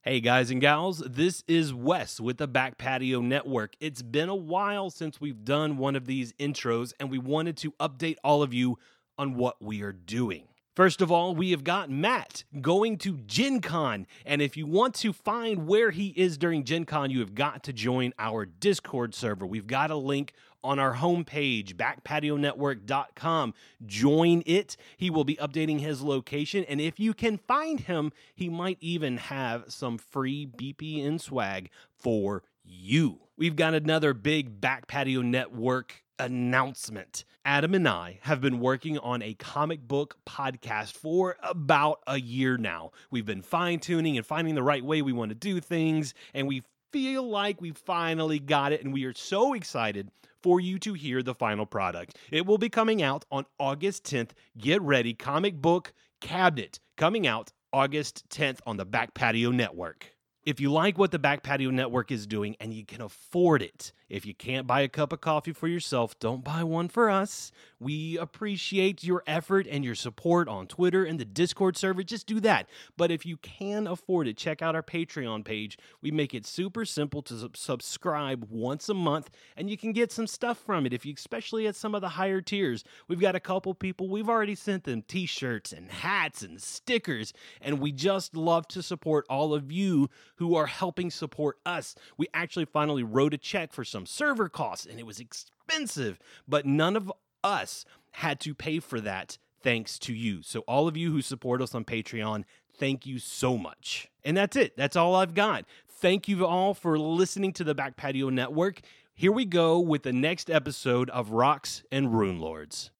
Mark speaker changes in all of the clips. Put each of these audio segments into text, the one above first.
Speaker 1: Hey guys and gals, this is Wes with the Back Patio Network. It's been a while since we've done one of these intros, and we wanted to update all of you on what we are doing. First of all, we have got Matt going to Gen Con, and if you want to find where he is during Gen Con, you have got to join our Discord server. We've got a link on our homepage, backpationetwork.com. Join it. He will be updating his location. And if you can find him, he might even have some free BPN swag for you. We've got another big Back Patio Network announcement. Adam and I have been working on a comic book podcast for about a year now. We've been fine tuning and finding the right way we want to do things, and we feel like we finally got it, and we are so excited for you to hear the final product. It will be coming out on August 10th. Get ready, comic book cabinet coming out August 10th on the Back Patio Network. If you like what the Back Patio Network is doing and you can afford it, if you can't buy a cup of coffee for yourself, don't buy one for us. We appreciate your effort and your support on Twitter and the Discord server. Just do that. But if you can afford it, check out our Patreon page. We make it super simple to sub- subscribe once a month and you can get some stuff from it if you especially at some of the higher tiers. We've got a couple people we've already sent them t-shirts and hats and stickers and we just love to support all of you who are helping support us. We actually finally wrote a check for some server costs, and it was expensive, but none of us had to pay for that thanks to you. So, all of you who support us on Patreon, thank you so much. And that's it, that's all I've got. Thank you all for listening to the Back Patio Network. Here we go with the next episode of Rocks and Rune Lords.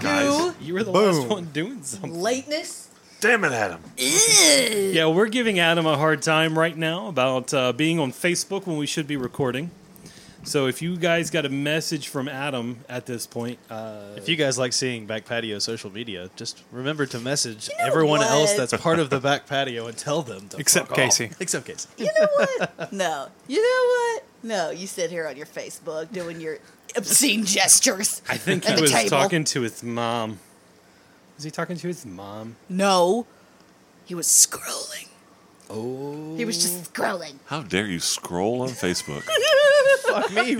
Speaker 2: Guys,
Speaker 1: You were the
Speaker 3: Boom.
Speaker 1: last one doing something.
Speaker 4: Lateness?
Speaker 2: damn it, Adam.
Speaker 4: Ew.
Speaker 1: Yeah, we're giving Adam a hard time right now about uh, being on Facebook when we should be recording. So if you guys got a message from Adam at this point, uh,
Speaker 3: If you guys like seeing Back Patio social media, just remember to message
Speaker 4: know
Speaker 3: everyone else
Speaker 4: what?
Speaker 3: that's part of the Back Patio and tell them. To
Speaker 2: Except
Speaker 3: fuck off.
Speaker 2: Casey.
Speaker 3: Except Casey.
Speaker 4: You know what? No. You know what? No, you sit here on your Facebook doing your obscene gestures.
Speaker 1: I think
Speaker 4: at
Speaker 1: he
Speaker 4: the
Speaker 1: was
Speaker 4: table.
Speaker 1: talking to his mom. Is he talking to his mom?
Speaker 4: No. He was scrolling. Oh. He was just scrolling. Oh,
Speaker 2: How dare you scroll on Facebook?
Speaker 3: Fuck me,
Speaker 2: you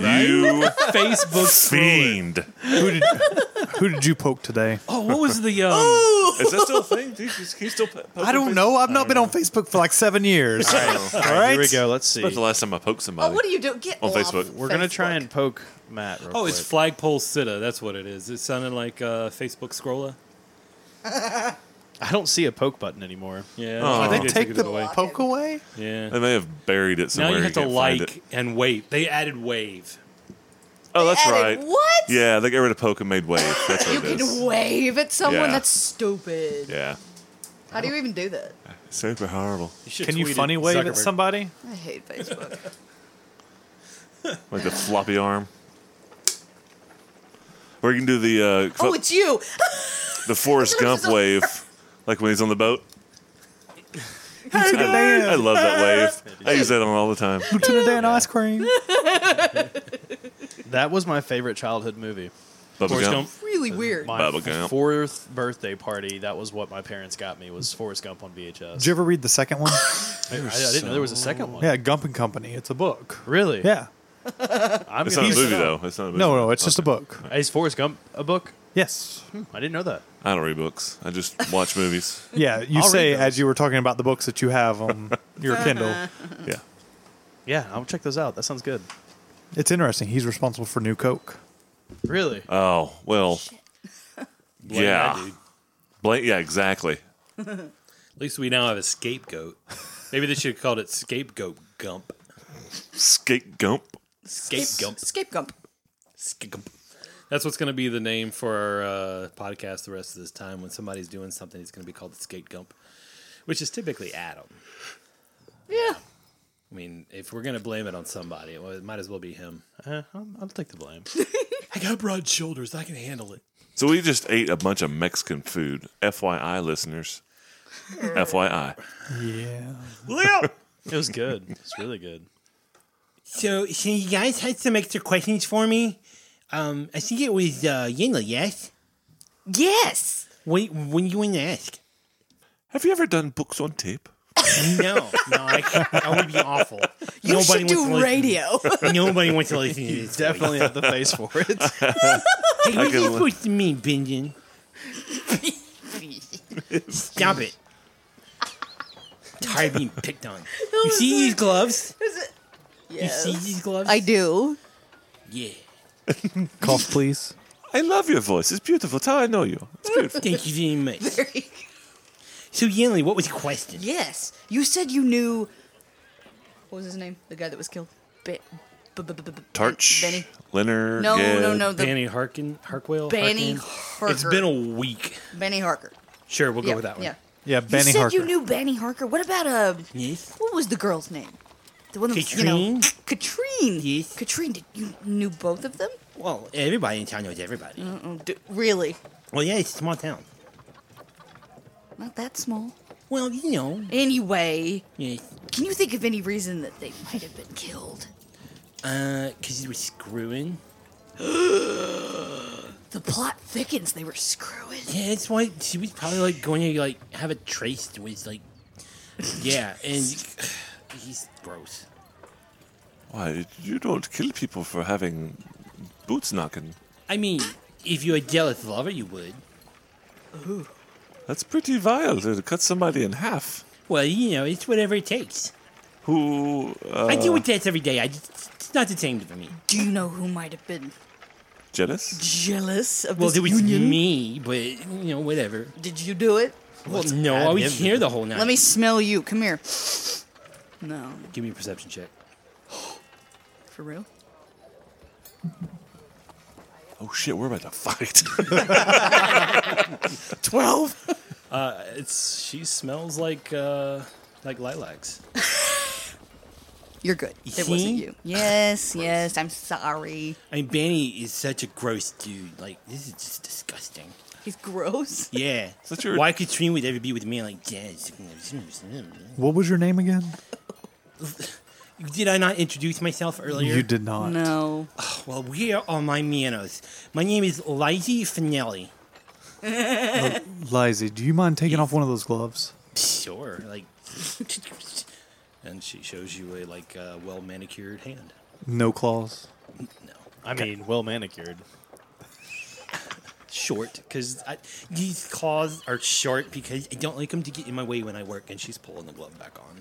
Speaker 1: Facebook scroller.
Speaker 2: fiend.
Speaker 5: Who did, who did you poke today?
Speaker 1: Oh, what was the um,
Speaker 2: Is that still a thing? Do you, can you still po- post
Speaker 5: I don't
Speaker 2: on
Speaker 5: know. I've not been on Facebook for like seven years.
Speaker 2: Facebook? I don't know.
Speaker 5: All right,
Speaker 3: Here we go. Let's see.
Speaker 2: That's the last time I poked somebody.
Speaker 4: Oh, what are you doing? Get
Speaker 2: On
Speaker 4: off
Speaker 2: Facebook.
Speaker 3: We're gonna try and poke Matt. Real
Speaker 1: Oh, it's
Speaker 3: quick.
Speaker 1: flagpole sitta. That's what it is. It sounded like uh, Facebook scroller.
Speaker 3: I don't see a poke button anymore.
Speaker 1: Yeah,
Speaker 2: Oh.
Speaker 1: I
Speaker 5: They
Speaker 1: think
Speaker 5: take
Speaker 1: took
Speaker 5: the
Speaker 1: away.
Speaker 5: poke away.
Speaker 1: Yeah.
Speaker 2: They may have buried it
Speaker 1: Now
Speaker 2: somewhere.
Speaker 1: you have to
Speaker 2: can't find
Speaker 1: like
Speaker 2: it.
Speaker 1: and wait. They added wave.
Speaker 2: Oh, that's right.
Speaker 4: What?
Speaker 2: Yeah, they got rid of poke and made wave. That's what
Speaker 4: You
Speaker 2: it is.
Speaker 4: can wave at someone.
Speaker 2: Yeah.
Speaker 4: That's stupid.
Speaker 2: Yeah,
Speaker 4: How do you even do that?
Speaker 2: super horrible.
Speaker 1: should
Speaker 5: Can you
Speaker 1: tweet it,
Speaker 5: funny wave at
Speaker 1: Zuckerberg.
Speaker 5: somebody?
Speaker 4: I hate Facebook.
Speaker 2: Like the floppy arm. Or you can do the uh,
Speaker 4: oh, it's you.
Speaker 2: the Forrest Gump wave, like when he's on the boat.
Speaker 5: Lieutenant Dan,
Speaker 2: I love that wave. I use that on all the time.
Speaker 5: Lieutenant Dan ice cream.
Speaker 3: That was my favorite childhood movie.
Speaker 2: Bubba
Speaker 1: Forrest
Speaker 2: Gump.
Speaker 1: Gump.
Speaker 4: really weird.
Speaker 3: My
Speaker 2: Bubba
Speaker 3: f-
Speaker 2: Gump.
Speaker 3: fourth birthday party. That was what my parents got me. Was Forrest Gump on VHS.
Speaker 5: Did you ever read the second one?
Speaker 3: I, I didn't know there was a second one.
Speaker 5: Yeah, Gump and Company. It's a book.
Speaker 3: Really?
Speaker 5: Yeah.
Speaker 3: I'm
Speaker 2: It's
Speaker 3: gonna-
Speaker 2: not a movie though. It's not a movie.
Speaker 5: No, no, it's just a book.
Speaker 3: Is Forrest Gump a book?
Speaker 5: Yes.
Speaker 3: I didn't know that.
Speaker 2: I don't read books. I just watch movies.
Speaker 5: Yeah, you
Speaker 3: I'll read
Speaker 5: say
Speaker 3: those.
Speaker 5: as you were talking about the books that you have on your Kindle.
Speaker 2: Yeah.
Speaker 3: Yeah, I'll check those out. That sounds good.
Speaker 5: It's interesting. He's responsible for New Coke.
Speaker 3: Really?
Speaker 2: Oh well.
Speaker 1: Blame
Speaker 2: yeah.
Speaker 1: that dude.
Speaker 2: Blame, yeah, exactly.
Speaker 1: At least we now have a scapegoat. Maybe they should have called it scapegoat gump.
Speaker 2: Skate Gump.
Speaker 3: Scape
Speaker 4: Scape Gump.
Speaker 3: gump.
Speaker 6: That's what's going to be the name for our uh, podcast the rest of this time. When somebody's doing something, it's going to be called the Skate Gump, which is typically Adam.
Speaker 3: Yeah.
Speaker 6: I mean, if we're going to blame it on somebody, it wa- it might as well be him.
Speaker 3: Uh, I'll, I'll take the blame.
Speaker 6: I got broad shoulders. I can handle it.
Speaker 2: So we just ate a bunch of Mexican food. FYI, listeners. FYI.
Speaker 5: Yeah.
Speaker 3: It was good. It was really good.
Speaker 1: So, so you guys had some extra questions for me. Um, I think it was uh, Yinla, yes?
Speaker 4: Yes.
Speaker 1: What, what do you want to ask?
Speaker 2: Have you ever done books on tape?
Speaker 1: No, no, I, can't. that would be awful.
Speaker 4: You
Speaker 1: to
Speaker 4: should do
Speaker 1: listen-
Speaker 4: radio.
Speaker 1: Nobody wants to listen to this.
Speaker 3: Definitely have the face for it.
Speaker 1: Hey, what
Speaker 2: could
Speaker 1: are you
Speaker 2: li-
Speaker 1: supposed to mean, Benjamin? Stop it. Tired of being picked on. You see these gloves? You
Speaker 4: yes.
Speaker 1: see these gloves?
Speaker 4: I do.
Speaker 1: Yeah.
Speaker 5: Cough, please.
Speaker 2: I love your voice. It's beautiful. It's how I know you. It's beautiful.
Speaker 1: Thank you very much. So, Yinla, what was your question?
Speaker 4: yes. You said you knew. What was his name? The guy that was killed. Be- b- b- b- b-
Speaker 2: Tarch.
Speaker 4: Benny.
Speaker 2: Leonard.
Speaker 4: No,
Speaker 2: Ged.
Speaker 4: no, no. The
Speaker 6: Benny Harkin, Harkwell,
Speaker 4: Benny
Speaker 6: Harkin?
Speaker 4: Harker.
Speaker 6: It's been a week.
Speaker 4: Benny Harker.
Speaker 6: Sure, we'll go
Speaker 4: yeah,
Speaker 6: with that one.
Speaker 4: Yeah.
Speaker 5: Yeah,
Speaker 4: You
Speaker 5: Benny
Speaker 4: said
Speaker 5: Harker.
Speaker 4: you knew Benny Harker. What about uh?
Speaker 1: Yes.
Speaker 4: What was the girl's name? The one that was, you know,
Speaker 1: Katrine?
Speaker 4: Katrine.
Speaker 1: Yes.
Speaker 4: Katrine. Did you knew both of them?
Speaker 1: Well, everybody in town knows everybody.
Speaker 4: Mm-mm, Mm, d- really?
Speaker 1: Well, yeah, it's a small town.
Speaker 4: Not that small.
Speaker 1: Well, you know.
Speaker 4: Anyway,
Speaker 1: Yes.
Speaker 4: can you think of any reason that they might have been killed?
Speaker 1: Uh, because it was screwing.
Speaker 4: The plot thickens. They were screwing.
Speaker 1: Yeah, that's why she was probably like going to like have it traced with like, yeah, and he's gross.
Speaker 2: Why you don't kill people for having boots knocking?
Speaker 1: I mean, if you're a jealous lover, you would.
Speaker 2: That's pretty vile to cut somebody in half.
Speaker 1: Well, you know, it's whatever it takes.
Speaker 2: Who? Uh,
Speaker 1: I deal with death every day. I just, it's not the same for me.
Speaker 4: Do you know who might have been
Speaker 2: jealous?
Speaker 4: jealous of
Speaker 1: Well,
Speaker 4: this
Speaker 1: it was
Speaker 4: union?
Speaker 1: me, but you know, whatever.
Speaker 4: Did you do it?
Speaker 1: Well, no, I
Speaker 3: add
Speaker 1: was
Speaker 3: him.
Speaker 1: here the whole night.
Speaker 4: Let me smell you. Come here. No,
Speaker 6: Give me a perception check.
Speaker 4: for real.
Speaker 2: Oh shit, we're about to fight.
Speaker 6: Uh,
Speaker 3: It's she smells like uh like lilacs.
Speaker 4: You're good.
Speaker 1: You
Speaker 4: It wasn't
Speaker 1: see?
Speaker 4: you. Yes, yes. I'm sorry.
Speaker 1: I mean, Benny is such a gross dude. Like, this is just disgusting.
Speaker 4: He's gross.
Speaker 1: Yeah.
Speaker 2: Such a-
Speaker 1: Why Katrine would ever be with me? Like, yes.
Speaker 5: What was your name again?
Speaker 1: Did I not introduce myself earlier?
Speaker 5: You did not.
Speaker 4: No.
Speaker 1: Well, where are my manners? My name is Lizzie Finelli.
Speaker 5: Lizzie, do you mind taking off one of those gloves?
Speaker 6: Sure.
Speaker 1: Like,
Speaker 6: And she shows you a like uh, well manicured hand.
Speaker 5: No claws.
Speaker 3: I mean, well manicured.
Speaker 1: short, because these claws are short because I don't like them to get in my way when I work, and she's pulling the glove back on.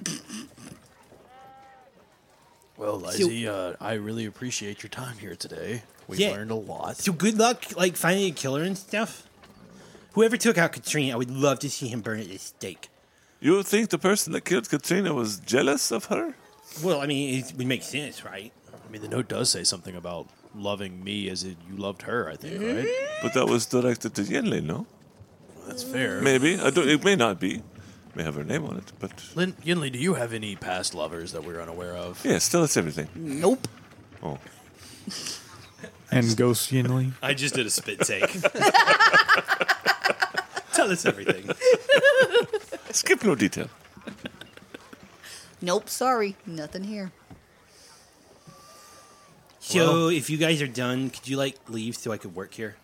Speaker 3: Well, Lizzie, uh, I really appreciate your time here today. We
Speaker 1: Yeah.
Speaker 3: learned a lot.
Speaker 1: So, good luck, like, finding a killer and stuff. Whoever took out Katrine, I would love to see him burn at the stake.
Speaker 2: you think the person that killed Katrina was jealous of her?
Speaker 1: Well, I mean, it would make sense, right?
Speaker 3: I mean, the note does say something about loving me as it, you loved her. I think, right?
Speaker 2: But that was directed to Yenli, no?
Speaker 3: That's fair.
Speaker 2: Maybe. I don't, it may not be. May have her name on it, but
Speaker 3: Lin- Yinli, do you have any past lovers that we're unaware of?
Speaker 2: yeah, still it's everything.
Speaker 4: Nope.
Speaker 2: Oh.
Speaker 5: And Ghost Yinli.
Speaker 6: I just did a spit take. Tell us everything.
Speaker 2: Skip no detail.
Speaker 4: Nope. Sorry. Nothing here.
Speaker 1: So, if you guys are done, could you, like, leave so I could work here?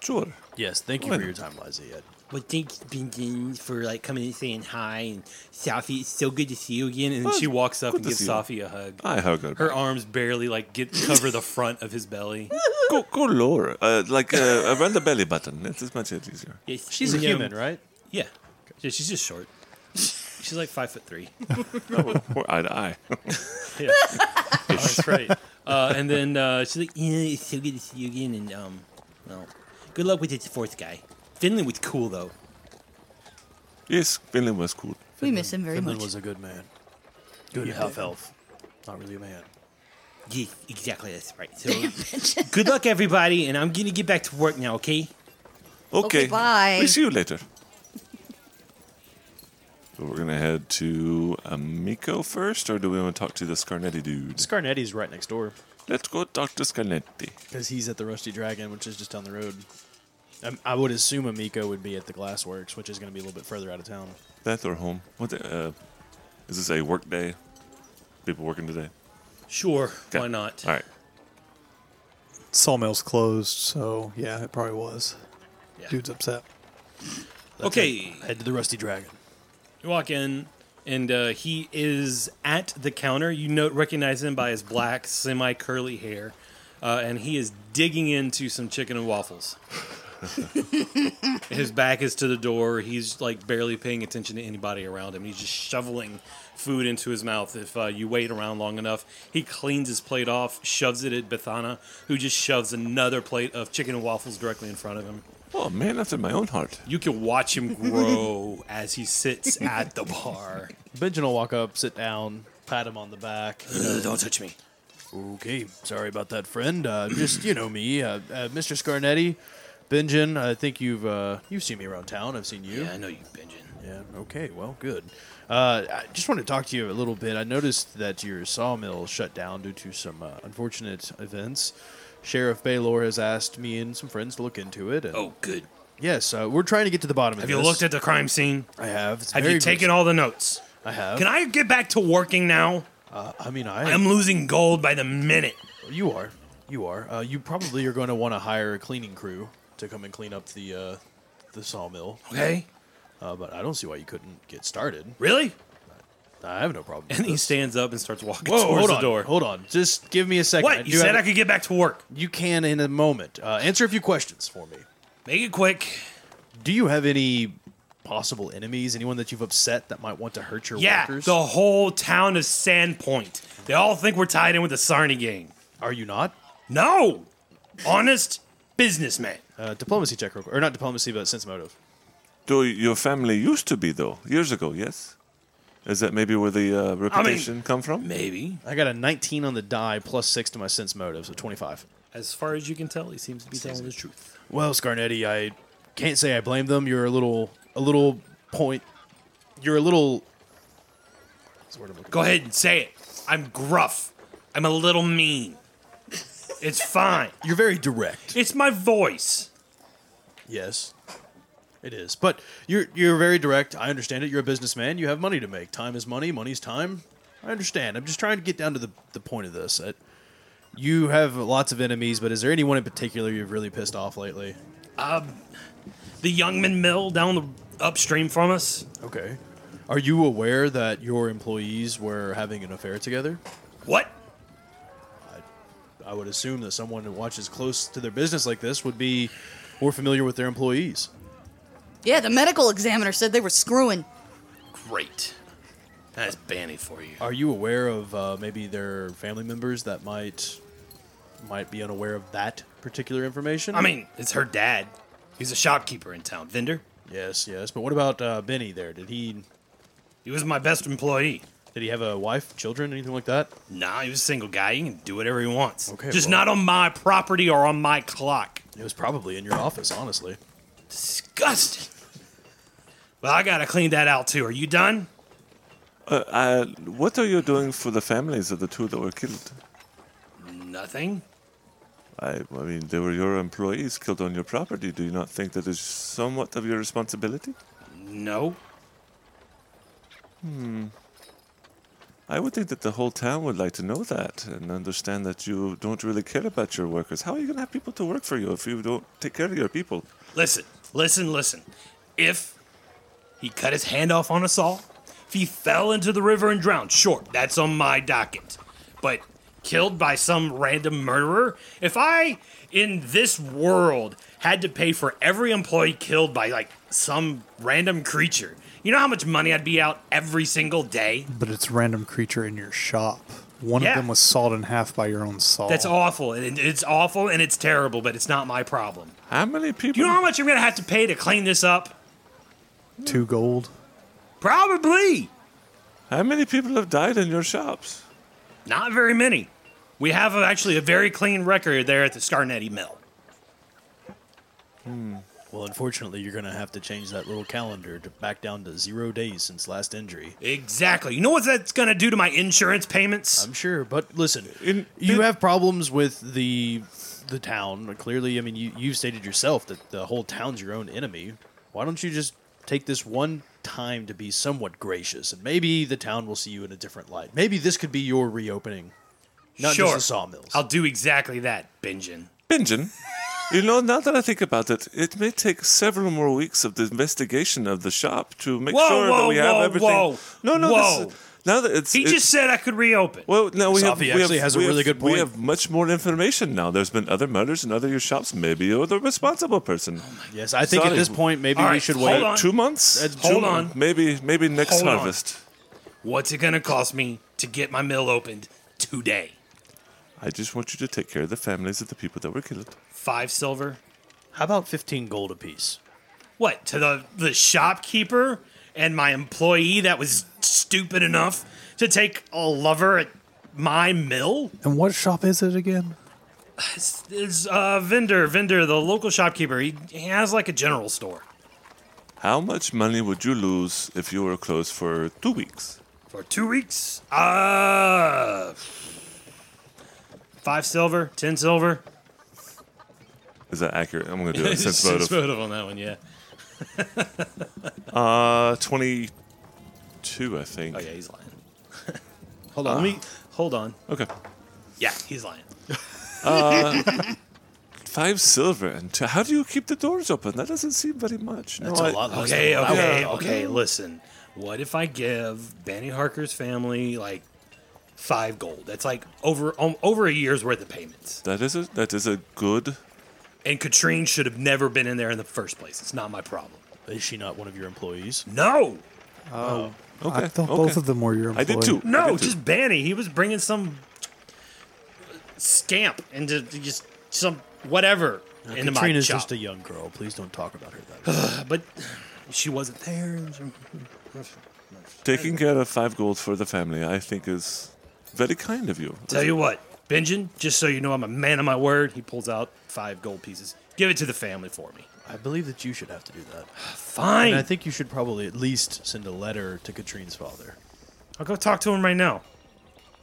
Speaker 2: Sure.
Speaker 3: Yes, thank you for your time, Lizzie.
Speaker 1: Well, thanks, Benjamin, for like coming and saying hi. And Safi, it's so good to see you again. And
Speaker 6: And she
Speaker 1: she,
Speaker 6: walks up
Speaker 2: Good
Speaker 6: and
Speaker 2: to
Speaker 6: gives
Speaker 2: see you.
Speaker 6: Safi a hug.
Speaker 2: I hug her.
Speaker 6: Her arms barely like get cover the front of his belly.
Speaker 2: Go, go lower. Uh, like uh, around the belly button. It's as much easier.
Speaker 1: yes,
Speaker 3: She's a
Speaker 1: you know,
Speaker 3: human, right?
Speaker 6: Yeah. Yeah, she's just short. She's like five foot three.
Speaker 2: Or eye to eye.
Speaker 6: Yeah. that's right.
Speaker 1: Uh, and then uh, she's like, yeah, it's so good to see you again. And um, well, good luck with this fourth guy. Finley was cool though.
Speaker 2: yes, Finland was cool.
Speaker 4: We miss him very
Speaker 3: Finland
Speaker 4: much.
Speaker 3: was a good man. Good half elf. Not really a man.
Speaker 6: Yeah, exactly. That's right. So, good luck, everybody, and I'm gonna get back to work now. Okay.
Speaker 2: Okay.
Speaker 4: Okay, bye.
Speaker 2: We see you later. So we're gonna head to Amico first, or do we want to talk to the Scarnetti dude?
Speaker 3: Scarnetti's right next door
Speaker 2: Let's go talk to Scarnetti.
Speaker 3: because he's at the Rusty Dragon, which is just down the road. I, Um, I would assume Amico would be at the Glassworks, which is going to be a little bit further out of town.
Speaker 2: That or home? What? The, uh, is this a work day? People working today?
Speaker 6: Sure.
Speaker 2: Okay.
Speaker 6: Why not?
Speaker 2: All right.
Speaker 5: Sawmill's closed, so yeah, it probably was.
Speaker 6: Yeah.
Speaker 5: Dude's upset.
Speaker 3: That's
Speaker 6: Okay.
Speaker 3: it. head to the Rusty Dragon.
Speaker 6: You walk in, and uh, he is at the counter. You know, recognize him by his black, semi curly hair, uh, and he is digging into some chicken and waffles. his back is to the door. He's like barely paying attention to anybody around him. He's just shoveling food into his mouth. If uh, you wait around long enough, he cleans his plate off, shoves it at Bethana, who just shoves another plate of chicken and waffles directly in front of him.
Speaker 2: Oh man, after my own heart.
Speaker 6: You can watch him grow as he sits at the bar.
Speaker 3: Benjamin will walk up, sit down, pat him on the back.
Speaker 6: don't touch me.
Speaker 3: Okay, sorry about that, friend. Uh, just you know me, uh, uh, Mr. Scarnetti, Benjamin. I think you've uh, you've seen me around town. I've seen you.
Speaker 6: Yeah, I know you, Benjamin.
Speaker 3: Yeah, Okay. Well, good. Uh, I just wanted to talk to you a little bit. I noticed that your sawmill shut down due to some uh, unfortunate events. Sheriff Baylor has asked me and some friends to look into it. And
Speaker 6: Oh, good.
Speaker 3: yes, uh, we're trying to get to the bottom of
Speaker 6: Have
Speaker 3: this.
Speaker 6: you looked at the crime scene?
Speaker 3: I have. It's
Speaker 6: Have
Speaker 3: very
Speaker 6: you taken all the notes?
Speaker 3: gruesome. I have.
Speaker 6: Can I get back to working now?
Speaker 3: Uh, I mean, I.
Speaker 6: I'm losing gold by the minute.
Speaker 3: You are. You are. Uh, you probably are going to want to hire a cleaning crew to come and clean up the uh, the sawmill.
Speaker 6: Okay.
Speaker 3: Uh, but I don't see why you couldn't get started.
Speaker 6: Really?
Speaker 3: I have no problem. with
Speaker 6: And he
Speaker 3: this.
Speaker 6: stands up and starts walking
Speaker 3: Whoa,
Speaker 6: towards
Speaker 3: hold
Speaker 6: the
Speaker 3: on,
Speaker 6: door.
Speaker 3: Hold on. Just give me a second.
Speaker 6: What? You said I
Speaker 3: I
Speaker 6: could get back to work.
Speaker 3: You can in a moment. Uh, answer a few questions for me.
Speaker 6: Make it quick.
Speaker 3: Do you have any possible enemies? Anyone that you've upset that might want to hurt your
Speaker 6: Yeah,
Speaker 3: workers?
Speaker 6: the whole town of Sandpoint. They all think we're tied in with the Sarni gang.
Speaker 3: Are you not?
Speaker 6: No! Honest businessman.
Speaker 3: Uh, diplomacy check real quick. Or not diplomacy, but sense motive.
Speaker 2: Though your family used to be though years ago, yes. Is that maybe where the uh, reputation come from?
Speaker 6: Maybe.
Speaker 3: I got a 19 on the die plus 6 to my sense motive, so 25.
Speaker 6: As far as you can tell, he seems to be telling the truth.
Speaker 3: Well, Scarnetti, I can't say I blame them. You're a little, a little point. You're a little. That's the word I'm looking
Speaker 6: Go ahead and say it. I'm gruff. I'm a little mean. It's fine.
Speaker 3: for. You're very direct.
Speaker 6: It's my voice.
Speaker 3: Yes, it is. But you're you're very direct. I understand it. You're a businessman. You have money to make. Time is money. Money's time. I understand. I'm just trying to get down to the the point of this. I, you have lots of enemies, but is there anyone in particular you've really pissed off lately?
Speaker 6: The Youngman Mill down the upstream from us.
Speaker 3: Okay. Are you aware that your employees were having an affair together?
Speaker 6: What?
Speaker 3: I would assume that someone who watches close to their business like this would be more familiar with their employees.
Speaker 4: Yeah, the medical examiner said they were screwing.
Speaker 6: Great. That's banny for you.
Speaker 3: Are you aware of uh, maybe their family members that might might be unaware of that particular information?
Speaker 6: I mean, it's her dad. He's a shopkeeper in town. Vendor.
Speaker 3: yes, yes. But what about uh, Benny? There did he
Speaker 6: He was my best employee.
Speaker 3: did he have a wife, children, anything like that?
Speaker 6: Nah, he was a single guy. He can do whatever he wants.
Speaker 3: Okay,
Speaker 6: Just
Speaker 3: well-
Speaker 6: not on my property or on my clock.
Speaker 3: It was probably in your office, honestly.
Speaker 6: Disgusting. Well, I gotta clean that out too. Are you done?
Speaker 2: Uh, uh, what are you doing for the families of the two that were killed?
Speaker 6: Nothing.
Speaker 2: I, I mean, they were your employees killed on your property. Do you not think that is somewhat of your responsibility?
Speaker 6: No.
Speaker 2: I would think that the whole town would like to know that and understand that you don't really care about your workers. How are you going to have people to work for you if you don't take care of your people?
Speaker 6: Listen, listen, listen. If he cut his hand off on a saw, if he fell into the river and drowned, sure, that's on my docket. But killed by some random murderer, if I in this world had to pay for every employee killed by like some random creature, you know how much money I'd be out every single day?
Speaker 5: But it's a random creature in your shop. One
Speaker 6: Yeah.
Speaker 5: of them was sawed in half by your own saw.
Speaker 6: That's awful. And it's awful and it's terrible, but it's not my problem.
Speaker 2: How many people?
Speaker 6: You know how much I'm going to have to pay to clean this up?
Speaker 5: Two gold.
Speaker 6: Probably
Speaker 2: how many people have died in your shops?
Speaker 6: Not very many. We have a, actually a very clean record there at the Scarnetti Mill.
Speaker 3: Well, unfortunately, you're going to have to change that little calendar to back down to zero days since last injury.
Speaker 6: Exactly. You know what that's going to do to my insurance payments?
Speaker 3: I'm sure, but listen,
Speaker 2: In-
Speaker 3: you have problems with the the town. Clearly, I mean, you you've stated yourself that the whole town's your own enemy. Why don't you just take this one time to be somewhat gracious, and maybe the town will see you in a different light. Maybe this could be your reopening, not
Speaker 6: sure.
Speaker 3: just the sawmills.
Speaker 6: I'll do exactly that, Benjamin.
Speaker 2: Benjamin, you know, now that I think about it, it may take several more weeks of the investigation of the shop to make
Speaker 6: Whoa,
Speaker 2: sure that
Speaker 6: whoa,
Speaker 2: we have
Speaker 6: whoa,
Speaker 2: everything.
Speaker 6: whoa,
Speaker 2: no, no, this is-
Speaker 6: whoa.
Speaker 2: now that it's
Speaker 6: He
Speaker 2: it's-
Speaker 6: just said I could reopen.
Speaker 2: Well, now we have,
Speaker 3: Safi
Speaker 2: we
Speaker 3: actually
Speaker 2: have-
Speaker 3: has a
Speaker 2: we
Speaker 3: really
Speaker 2: have-
Speaker 3: good point.
Speaker 2: We have much more information now. There's been other murders in other shops. Maybe you're the responsible person.
Speaker 3: Oh yes, I think
Speaker 2: Sorry.
Speaker 3: at this point, maybe
Speaker 6: All
Speaker 3: we
Speaker 6: right,
Speaker 3: should
Speaker 6: hold
Speaker 3: wait.
Speaker 6: on.
Speaker 2: Two months?
Speaker 3: That's-
Speaker 2: Two-
Speaker 6: hold on.
Speaker 2: Maybe maybe next
Speaker 6: Hold on.
Speaker 2: harvest.
Speaker 6: What's it going to cost me to get my mill opened today?
Speaker 2: I just want you to take care of the families of the people that were killed.
Speaker 6: Five silver?
Speaker 3: How about fifteen gold apiece?
Speaker 6: What, to the, the shopkeeper and my employee that was stupid enough to take a lover at my mill?
Speaker 5: And what shop is it again?
Speaker 6: It's, it's uh, vendor, vendor, the local shopkeeper. He, he has like a general store.
Speaker 2: How much money would you lose if you were closed for two weeks?
Speaker 6: For two weeks? Uh. Five silver, ten silver.
Speaker 2: Is that accurate? I'm going to do it since
Speaker 6: Six
Speaker 2: vote
Speaker 6: votive on that one, yeah.
Speaker 2: Uh, 22, I think.
Speaker 6: Oh, yeah, he's lying.
Speaker 3: Hold on,
Speaker 6: Let me hold on.
Speaker 2: Okay.
Speaker 6: Yeah, he's lying.
Speaker 2: Five silver. And two. How do you keep the doors open? That doesn't seem very much. No,
Speaker 3: That's a
Speaker 2: I-
Speaker 3: lot less
Speaker 6: Okay,
Speaker 3: than what I
Speaker 6: okay,
Speaker 3: would-
Speaker 6: okay. Listen, what if I give Banny Harker's family like five gold? That's like over um, over a year's worth of payments.
Speaker 2: That is a that is a good
Speaker 6: And Katrine should have never been in there in the first place. It's not my problem.
Speaker 3: Is she not one of your employees?
Speaker 6: No,
Speaker 2: Okay,
Speaker 5: I thought
Speaker 2: okay.
Speaker 5: both of them were your
Speaker 2: I
Speaker 5: employee.
Speaker 2: did too. I
Speaker 6: no,
Speaker 2: did too.
Speaker 6: just Banny. He was bringing some scamp into just some whatever into
Speaker 3: Katrina's
Speaker 6: my
Speaker 3: just
Speaker 6: shop.
Speaker 3: a young girl. Please don't talk about her that. way.
Speaker 6: but she wasn't there.
Speaker 2: Taking care of five gold for the family, I think, is very kind of you.
Speaker 6: Tell you what, Benjamin, just so you know, I'm a man of my word. He pulls out five gold pieces. Give it to the family for me.
Speaker 3: I believe that you should have to do that.
Speaker 6: Fine.
Speaker 3: And I think you should probably at least send a letter to Katrine's father.
Speaker 6: I'll go talk to him right now.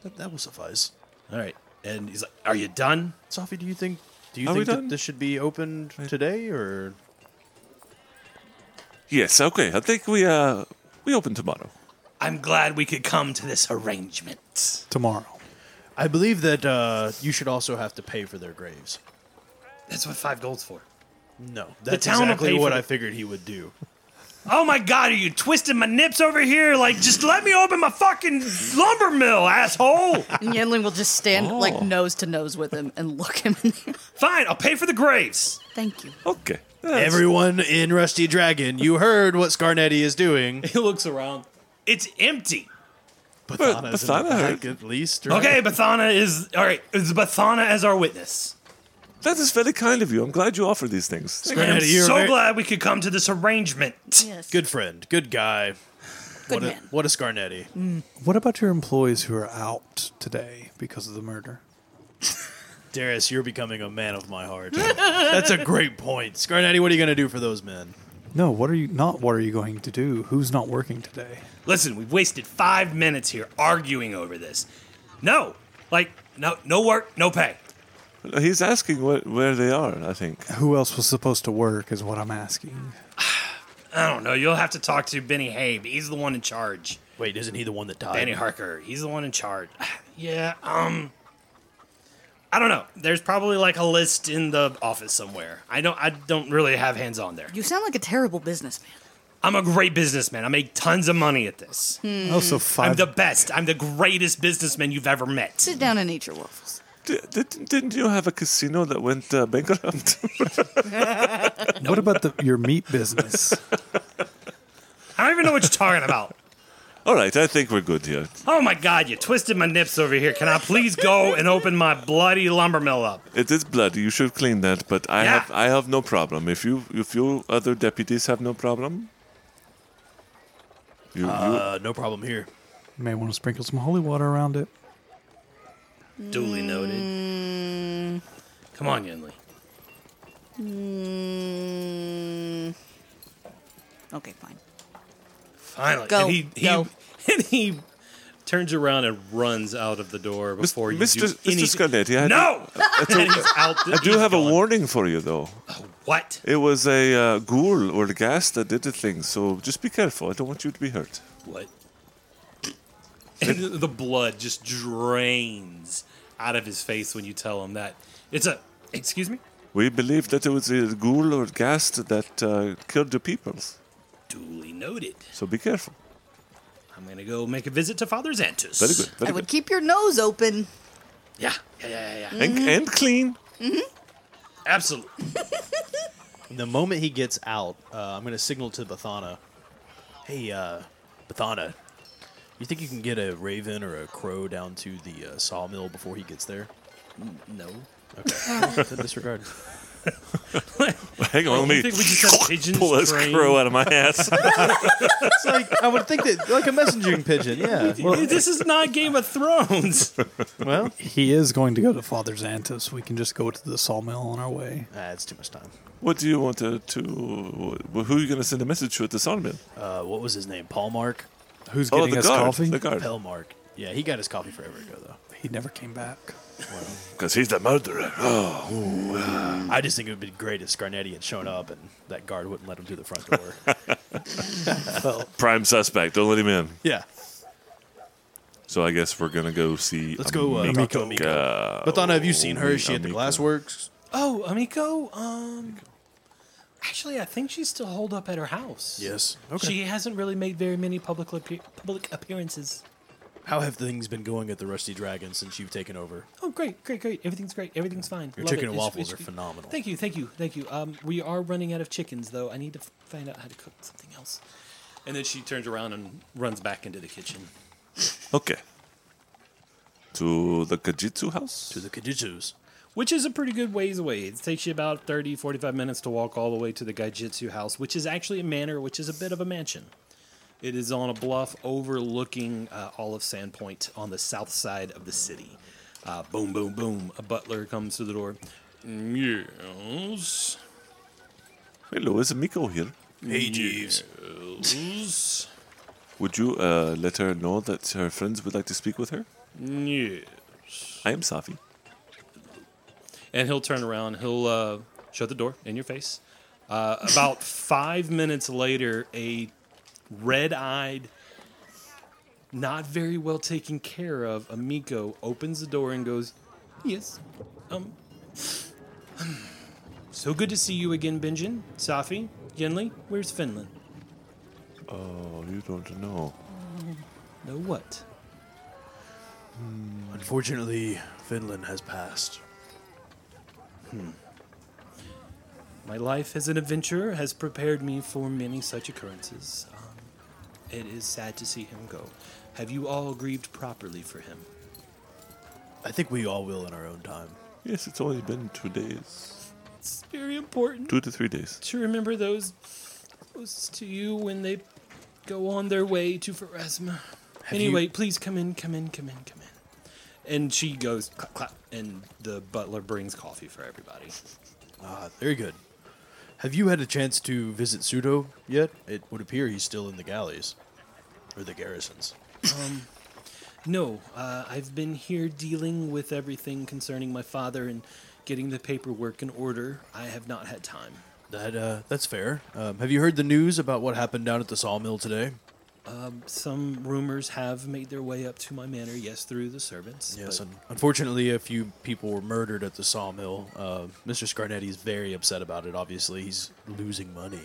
Speaker 3: That, that will suffice.
Speaker 6: All right. And he's like, Are you done?
Speaker 3: Sophie, do you think do you
Speaker 2: Are we
Speaker 3: think that
Speaker 2: done?
Speaker 3: this should be opened today or
Speaker 2: Yes, okay. I think we uh we open tomorrow.
Speaker 6: I'm glad we could come to this arrangement.
Speaker 5: Tomorrow.
Speaker 3: I believe that uh, you should also have to pay for their graves.
Speaker 6: That's what five gold's for.
Speaker 3: No, that's
Speaker 6: town will
Speaker 3: exactly
Speaker 6: pay for
Speaker 3: what
Speaker 6: the-
Speaker 3: I figured he would do.
Speaker 6: Oh my god, are you twisting my nips over here? Like, just let me open my fucking lumber mill, asshole.
Speaker 4: And Yenling will just stand like nose to nose with him and look him in the
Speaker 6: Fine, I'll pay for the graves.
Speaker 4: Thank you.
Speaker 2: Okay. That's-
Speaker 3: Everyone in Rusty Dragon, you heard what Scarnetti is doing.
Speaker 6: He looks around. It's empty.
Speaker 3: Bathana's in the
Speaker 2: Bathana heard.
Speaker 3: back at least. right?
Speaker 6: Okay, Bathana is all right. Is Bathana as our witness?
Speaker 2: that is very kind of you. I'm glad you offer these things. Thank you.
Speaker 6: I'm
Speaker 3: Scarnetti, you're a
Speaker 6: so
Speaker 3: very-
Speaker 6: glad we could come to this arrangement.
Speaker 4: Yes.
Speaker 3: Good friend, good guy.
Speaker 4: Good
Speaker 3: what
Speaker 4: man.
Speaker 3: A, what a Scarnetti.
Speaker 5: What about your employees who are out today because of the murder?
Speaker 3: Darius, you're becoming a man of my heart. That's a great point. Scarnetti, what are you going to do for those men?
Speaker 5: No, what are you not what are you going to do? Who's not working today?
Speaker 6: Listen, we've wasted five minutes here arguing over this. No, like no, no work, no pay.
Speaker 2: He's asking what, where they are, I think.
Speaker 5: Who else was supposed to work is what I'm asking.
Speaker 6: I don't know. Oh, You'll have to talk to Benny Habe. He's the one in charge.
Speaker 3: Wait, isn't he the one that died?
Speaker 6: Benny Harker. He's the one in charge. yeah. Um. I don't know. There's probably like a list in the office somewhere. I don't. I don't really have hands on there.
Speaker 4: You sound like a terrible businessman.
Speaker 6: I'm a great businessman. I make tons of money at this.
Speaker 5: Oh, so
Speaker 6: I'm
Speaker 5: five
Speaker 6: the best. I'm the greatest businessman you've ever met.
Speaker 4: Sit down and eat your waffles.
Speaker 2: D- did, didn't you have a casino that went uh, bankrupt?
Speaker 5: What about the, your meat business?
Speaker 6: I don't even know what you're talking about.
Speaker 2: All right, I think we're good here.
Speaker 6: Oh my god, you twisted my nips over here. Can I please go and open my bloody lumber mill up?
Speaker 2: It is bloody. You should clean that, but I
Speaker 6: Yeah.
Speaker 2: have I have no problem. If you if your other deputies have no problem, you, you
Speaker 3: Uh, no problem here.
Speaker 5: You may want to sprinkle some holy water around it.
Speaker 6: Duly noted. Come on, Yunli.
Speaker 4: Mm. Okay, fine.
Speaker 6: Finally.
Speaker 4: Go,
Speaker 6: And he, he,
Speaker 4: go.
Speaker 6: And he turns around and runs out of the door before you
Speaker 2: Mr.
Speaker 6: do anything.
Speaker 2: Mr. Scarletti, I,
Speaker 6: No! And he's out the-
Speaker 2: I do
Speaker 6: he's
Speaker 2: have a
Speaker 6: gone.
Speaker 2: warning for you, though.
Speaker 6: What?
Speaker 2: It was a uh, ghoul or a gas that did the thing, so just be careful. I don't want you to be hurt.
Speaker 6: What? And the blood just drains out of his face when you tell him that. It's a. Excuse me?
Speaker 2: We believe that it was a ghoul or gas that uh, killed the peoples,
Speaker 6: Duly noted.
Speaker 2: so be careful.
Speaker 6: I'm going to go make a visit to Father Xantus.
Speaker 2: Very good. Very
Speaker 4: I would
Speaker 2: good.
Speaker 4: keep your nose open.
Speaker 6: Yeah. Yeah, yeah, yeah. yeah.
Speaker 2: And, and clean.
Speaker 6: Absolutely.
Speaker 3: The moment he gets out, uh, I'm going to signal to Bathana. Hey, uh, Bathana, you think you can get a raven or a crow down to the uh, sawmill before he gets there?
Speaker 6: No.
Speaker 3: Okay. disregard.
Speaker 2: Hang on,
Speaker 6: You
Speaker 2: let me
Speaker 6: think we just have pigeons
Speaker 2: pull this
Speaker 6: trained?
Speaker 2: crow out of my ass.
Speaker 3: It's like I would think that like a messaging pigeon. Yeah. Well, Uh,
Speaker 6: this is not Game of Thrones.
Speaker 3: well
Speaker 5: He is going to go to Father Xantus. We can just go to the sawmill on our way.
Speaker 3: ah, it's too much time.
Speaker 2: what do you want to? to wh- who are you going to send a message to at the sawmill?
Speaker 3: Uh, what was his name? Paul Mark.
Speaker 5: Who's
Speaker 2: Oh,
Speaker 5: getting
Speaker 2: the
Speaker 5: us
Speaker 2: guard.
Speaker 5: coffee?
Speaker 2: The guard.
Speaker 3: Pell Mark. Yeah, he got his coffee forever ago though.
Speaker 5: He never came back.
Speaker 2: Because he's the murderer. Oh.
Speaker 3: I just think it would be great if Scarnetti had shown up and that guard wouldn't let him through the front door.
Speaker 2: Prime suspect. Don't let him in.
Speaker 3: yeah.
Speaker 2: So I guess we're going to go see.
Speaker 3: Let's go uh,
Speaker 2: Amika.
Speaker 3: talk to Amika. Bathana, have you seen her? Is she at the
Speaker 2: Amika.
Speaker 3: Glassworks?
Speaker 6: oh, Amiko. Um, actually, I think she's still holed up at her house.
Speaker 3: Yes. Okay.
Speaker 6: She hasn't really made very many public appe- public appearances.
Speaker 3: How have things been going at the Rusty Dragon since you've taken over?
Speaker 6: Oh, great, great, great. Everything's great. Everything's fine.
Speaker 3: Your
Speaker 6: Love
Speaker 3: chicken
Speaker 6: it.
Speaker 3: and
Speaker 6: It's-
Speaker 3: waffles
Speaker 6: it's-
Speaker 3: are phenomenal.
Speaker 6: Thank you, thank you, thank you. Um, we are running out of chickens, though. I need to f- find out how to cook something else. And then she turns around and runs back into the kitchen.
Speaker 2: Okay. To the Kajitsu house?
Speaker 3: To the Kajitsus.
Speaker 6: which is a pretty good ways away. It takes you about 30, 45 minutes to walk all the way to the Gaijitsu house, which is actually a manor, which is a bit of a mansion. It is on a bluff overlooking uh, all of Sandpoint on the south side of the city. Uh, boom, boom, boom. A butler comes to the door. Yes.
Speaker 2: Hello, is Miko here?
Speaker 3: Hey, Jeeves.
Speaker 6: Yes.
Speaker 2: Would you uh, let her know that her friends would like to speak with her?
Speaker 6: yes.
Speaker 2: I am Safi.
Speaker 6: and he'll turn around. He'll uh, shut the door in your face. Uh, about five minutes later, a red-eyed, not very well taken care of Amiko opens the door and goes, "Yes, um, so good to see you again, Benjin, Safi, Yenli. Where's Finland?
Speaker 2: Oh, you don't know.
Speaker 6: No what?
Speaker 3: Hmm. Unfortunately, Finland has passed.
Speaker 6: Hmm. My life as an adventurer has prepared me for many such occurrences. Um, it is sad to see him go. Have you all grieved properly for him?"
Speaker 3: I think we all will in our own time.
Speaker 2: Yes, it's only been two days.
Speaker 6: It's very important
Speaker 2: Two to three days.
Speaker 6: to remember those closest to you when they go on their way to Pharasma.
Speaker 3: you-
Speaker 6: Anyway, please come in, come in, come in, come in. And she goes clap, clap, and the butler brings coffee for everybody.
Speaker 3: Ah, very good. Have you had a chance to visit Pseudo yet? It would appear he's still in the galleys. Or the garrisons.
Speaker 6: No, uh, I've been here dealing with everything concerning my father and getting the paperwork in order. I have not had time.
Speaker 3: That uh, That's fair. Um, have you heard the news about what happened down at the sawmill today?
Speaker 6: Some rumors have made their way up to my manor, yes, through the servants.
Speaker 3: Yes,
Speaker 6: but-
Speaker 3: un- unfortunately, a few people were murdered at the sawmill. Uh, Mr. Scarnetti is very upset about it. Obviously, he's losing money.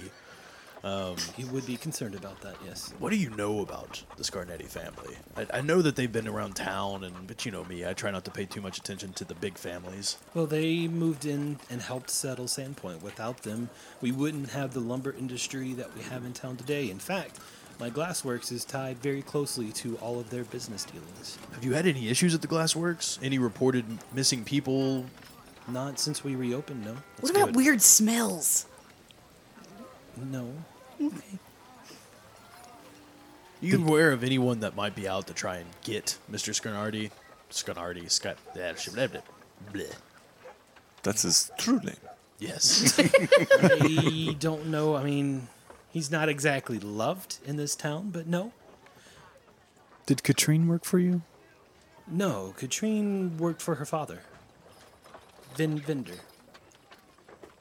Speaker 6: you would be concerned about that, yes.
Speaker 3: What do you know about the Scarnetti family? I, I know that they've been around town, and but you know me, I try not to pay too much attention to the big families.
Speaker 6: Well, they moved in and helped settle Sandpoint. Without them, we wouldn't have the lumber industry that we have in town today. In fact, my glassworks is tied very closely to all of their business dealings.
Speaker 3: Have you had any issues at the glassworks? Any reported m- missing people?
Speaker 6: Not since we reopened, no.
Speaker 4: what about
Speaker 3: good.
Speaker 4: weird smells?
Speaker 6: No.
Speaker 3: You aware of anyone that might be out to try and get Mr. Scarnetti? Scanardi, Scott, that shit, blah, blah, blah.
Speaker 2: That's his true name.
Speaker 3: Yes.
Speaker 7: I don't know. I mean, he's not exactly loved in this town, but no.
Speaker 5: Did Katrine work for you?
Speaker 7: No, Katrine worked for her father. Vin Vinder.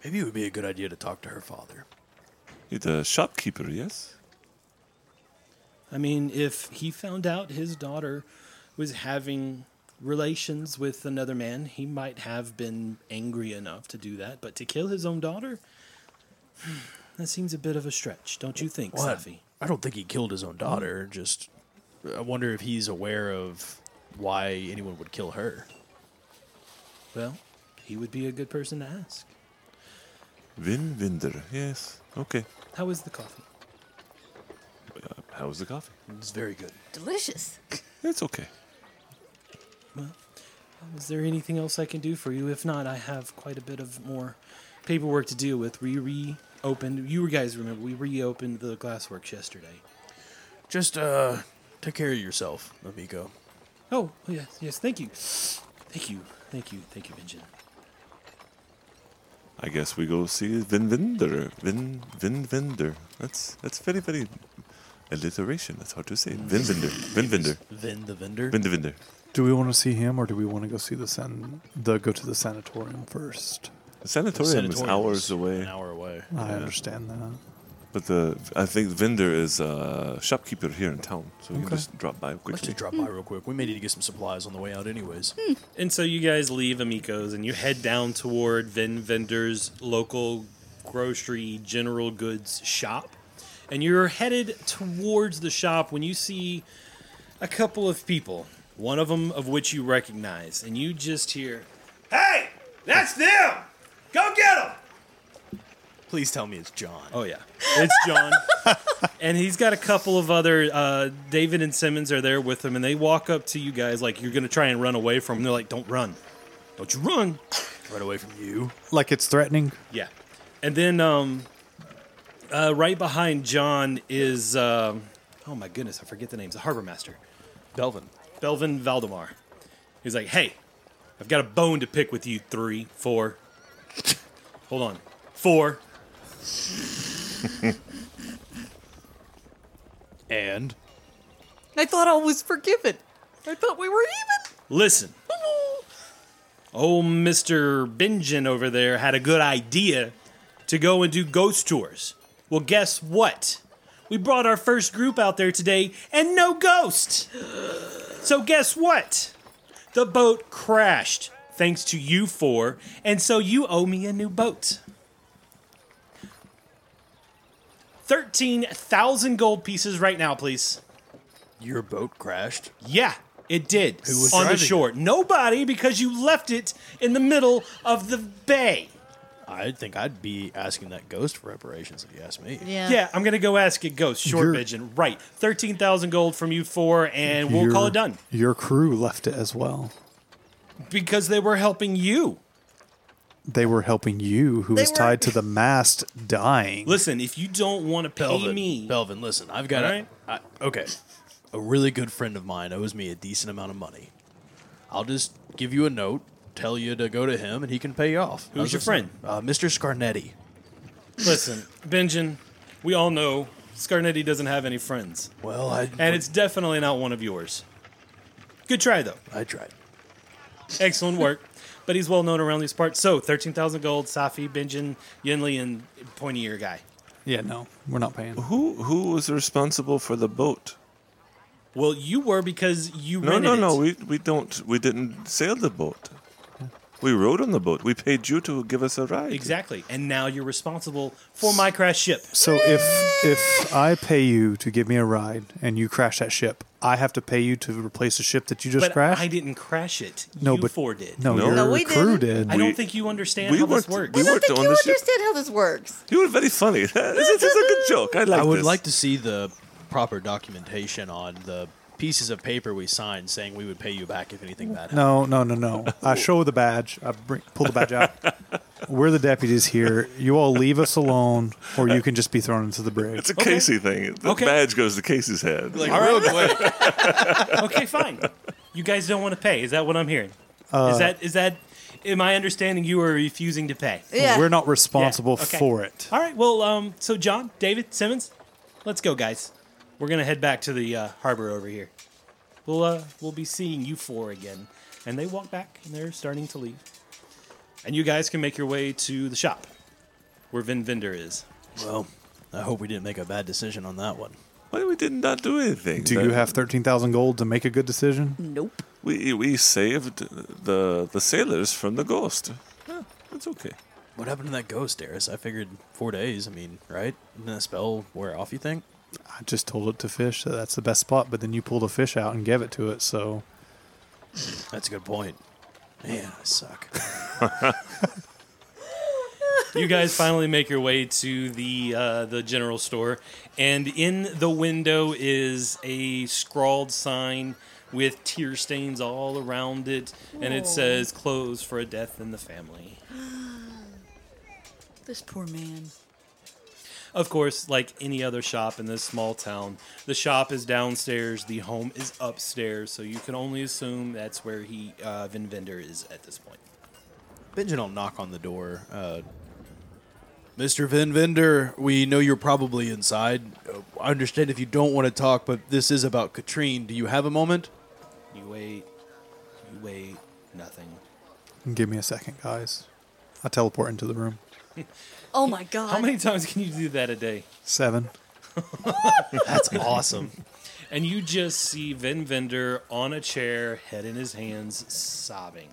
Speaker 3: Maybe it would be a good idea to talk to her father.
Speaker 2: He's the shopkeeper, yes?
Speaker 7: I mean, if he found out his daughter was having relations with another man, he might have been angry enough to do that. But to kill his own daughter, that seems a bit of a stretch, don't you think, Safi?
Speaker 3: I don't think he killed his own daughter. Just, I wonder if he's aware of why anyone would kill her.
Speaker 7: Well, he would be a good person to ask.
Speaker 2: Vin Winder, yes. Okay.
Speaker 7: How is the coffee?
Speaker 2: How was the coffee?
Speaker 3: It's very good.
Speaker 4: Delicious.
Speaker 2: It's okay.
Speaker 7: Is there anything else I can do for you? If not, I have quite a bit of more paperwork to deal with. We reopened. You guys remember we reopened the glassworks yesterday.
Speaker 3: Just uh, take care of yourself, amigo.
Speaker 7: Oh yes, yes. Thank you, thank you, thank you, thank you, Benjamin.
Speaker 2: I guess we go see Vin Winder. Vin Vin Winder. That's that's very very alliteration. That's hard to say. Vin Winder. Vin Winder.
Speaker 3: Vin the vendor.
Speaker 2: Vin Winder.
Speaker 5: Do we want to see him, or do we want to go see the san- the go to the sanatorium first?
Speaker 2: The sanatorium is hours away,
Speaker 3: An hour away.
Speaker 5: I understand that.
Speaker 2: but the I think Vinder is a shopkeeper here in town, so we can
Speaker 5: Okay.
Speaker 2: just drop by
Speaker 3: Let's
Speaker 2: quickly.
Speaker 3: just drop by real quick. We may need to get some supplies on the way out, anyways.
Speaker 2: Hmm.
Speaker 6: And so you guys leave Amicos and you head down toward Vin Vendor's local grocery general goods shop. And you're headed towards the shop when you see a couple of people, one of them of which you recognize, and you just hear, Hey, that's them! Go get them!
Speaker 3: Please tell me it's John.
Speaker 6: Oh yeah, it's John, and he's got a couple of other. Uh, David and Simmons are there with him, and they walk up to you guys like you're gonna try and run away from. Them. They're like, "Don't run, don't you run."
Speaker 3: Right away from you.
Speaker 5: Like it's threatening.
Speaker 6: Yeah, and then um, uh, right behind John is um, oh my goodness, I forget the names. The harbor master,
Speaker 3: Belvin.
Speaker 6: Belvin Valdemar. He's like, "Hey, I've got a bone to pick with you three, four. Hold on, four.
Speaker 3: And
Speaker 4: I thought I was forgiven. I thought we were even.
Speaker 6: Listen." old Mr. Bingen over there had a good idea to go and do ghost tours. Well, guess what? We brought our first group out there today and no ghost. So, guess what? The boat crashed thanks to you four, and so you owe me a new boat. 13,000 gold pieces right now, please.
Speaker 3: your boat crashed.
Speaker 6: Yeah, it did. Who
Speaker 3: was
Speaker 6: on the
Speaker 3: driving it?
Speaker 6: shore? Nobody, because you left it in the middle of the bay.
Speaker 3: I think I'd be asking that ghost for reparations if you asked me.
Speaker 4: Yeah.
Speaker 6: Yeah, I'm gonna go ask it, Ghost Short
Speaker 5: You're-
Speaker 6: Pigeon. Right, thirteen thousand gold from you four, and we'll call
Speaker 5: Your-
Speaker 6: it done
Speaker 5: Your crew left it as well.
Speaker 6: because they were helping you.
Speaker 5: They were helping you, who
Speaker 4: They
Speaker 5: was
Speaker 4: were-
Speaker 5: tied to the mast, dying.
Speaker 6: Listen, if you don't want to pay
Speaker 3: Belvin,
Speaker 6: me,
Speaker 3: Belvin, listen, I've got
Speaker 6: All
Speaker 3: a
Speaker 6: right.
Speaker 3: I- okay. A really good friend of mine owes me a decent amount of money. I'll just give you a note, tell you to go to him, and he can pay you off.
Speaker 6: Who's
Speaker 3: How's
Speaker 6: your
Speaker 3: that
Speaker 6: friend?
Speaker 3: sound? Uh, Mr. Scarnetti.
Speaker 6: listen, Benjamin, we all know Scarnetti doesn't have any friends,
Speaker 3: Well, I
Speaker 6: and it's definitely not one of yours. Good try though.
Speaker 3: I tried.
Speaker 6: Excellent work. But he's well known around these parts. So, 13,000 gold, Safi, Benjin, Yinli, and pointy ear guy.
Speaker 5: Yeah, no, we're not paying.
Speaker 2: Who who was responsible for the boat?
Speaker 6: Well, you were because you
Speaker 2: No,
Speaker 6: rented
Speaker 2: no, no.
Speaker 6: it.
Speaker 2: We we don't. We didn't sail the boat. We rode on the boat. We paid you to give us a ride.
Speaker 6: Exactly. And now you're responsible for my crash ship.
Speaker 5: So if if I pay you to give me a ride and you crash that ship, I have to pay you to replace the ship that you just
Speaker 6: But
Speaker 5: crashed.
Speaker 6: I didn't crash it.
Speaker 5: no,
Speaker 6: you
Speaker 5: but
Speaker 6: four did.
Speaker 5: No,
Speaker 2: No.
Speaker 5: your
Speaker 2: No,
Speaker 4: we
Speaker 5: crew
Speaker 4: didn't.
Speaker 6: I
Speaker 5: did.
Speaker 6: don't
Speaker 2: We-
Speaker 6: think you understand
Speaker 2: we
Speaker 6: how this
Speaker 2: weren't-
Speaker 6: works.
Speaker 2: we
Speaker 4: I
Speaker 2: were-
Speaker 4: don't
Speaker 2: worked
Speaker 4: think
Speaker 2: on
Speaker 4: you
Speaker 2: the ship.
Speaker 4: understand how this works.
Speaker 2: You were very funny. this is this is a good joke. I like.
Speaker 3: I would
Speaker 2: this.
Speaker 3: like to see the proper documentation on the pieces of paper we signed saying we would pay you back if anything bad happened.
Speaker 5: No, no, no, no. I show the badge. I bring, pull the badge out. We're the deputies here. You all leave us alone, or you can just be thrown into the bridge.
Speaker 2: It's a Casey thing. The
Speaker 6: Okay.
Speaker 2: badge goes to Casey's head.
Speaker 3: Like real quick.
Speaker 6: okay, fine. You guys don't want to pay. Is that what I'm hearing?
Speaker 2: Uh,
Speaker 6: is that is that? Am I understanding you are refusing to pay?
Speaker 4: Yeah.
Speaker 5: We're not responsible
Speaker 6: Yeah, okay.
Speaker 5: for it.
Speaker 6: All right. Well, um, so John, David, Simmons, let's go, guys. We're gonna head back to the uh, harbor over here. We'll uh, we'll be seeing you four again. And they walk back, and they're starting to leave. And you guys can make your way to the shop, where Vin Vendor is.
Speaker 3: Well, I hope we didn't make a bad decision on that one.
Speaker 2: Why we did not do anything?
Speaker 5: Do you
Speaker 2: That-
Speaker 5: have 13,000 gold to make a good decision?
Speaker 4: nope.
Speaker 2: We we saved the the sailors from the ghost. Yeah, that's okay.
Speaker 3: What happened to that ghost, Eris? I figured four days. I mean, right? Didn't that spell wear off? You think?
Speaker 5: I just told it to fish that that's the best spot, but then you pulled a fish out and gave it to it. So
Speaker 3: That's a good point. Man, I suck.
Speaker 6: you guys finally make your way to the uh, the general store, and in the window is a scrawled sign with tear stains all around it, and it says "Clothes for a death in the family."
Speaker 4: This poor man.
Speaker 6: Of course, like any other shop in this small town, the shop is downstairs, the home is upstairs, so you can only assume that's where he uh, Vin Vendor is at this point.
Speaker 3: Benjamin will knock on the door. Uh, Mr. Vin Vender, we know you're probably inside. Uh, I understand if you don't want to talk, but this is about Katrine. Do you have a moment?
Speaker 6: You wait, you wait, nothing.
Speaker 5: give me a second, guys. I teleport into the room.
Speaker 4: Oh my god.
Speaker 6: How many times can you do that a day?
Speaker 5: Seven.
Speaker 3: That's awesome.
Speaker 6: And you just see Vin Vendor on a chair, head in his hands, sobbing.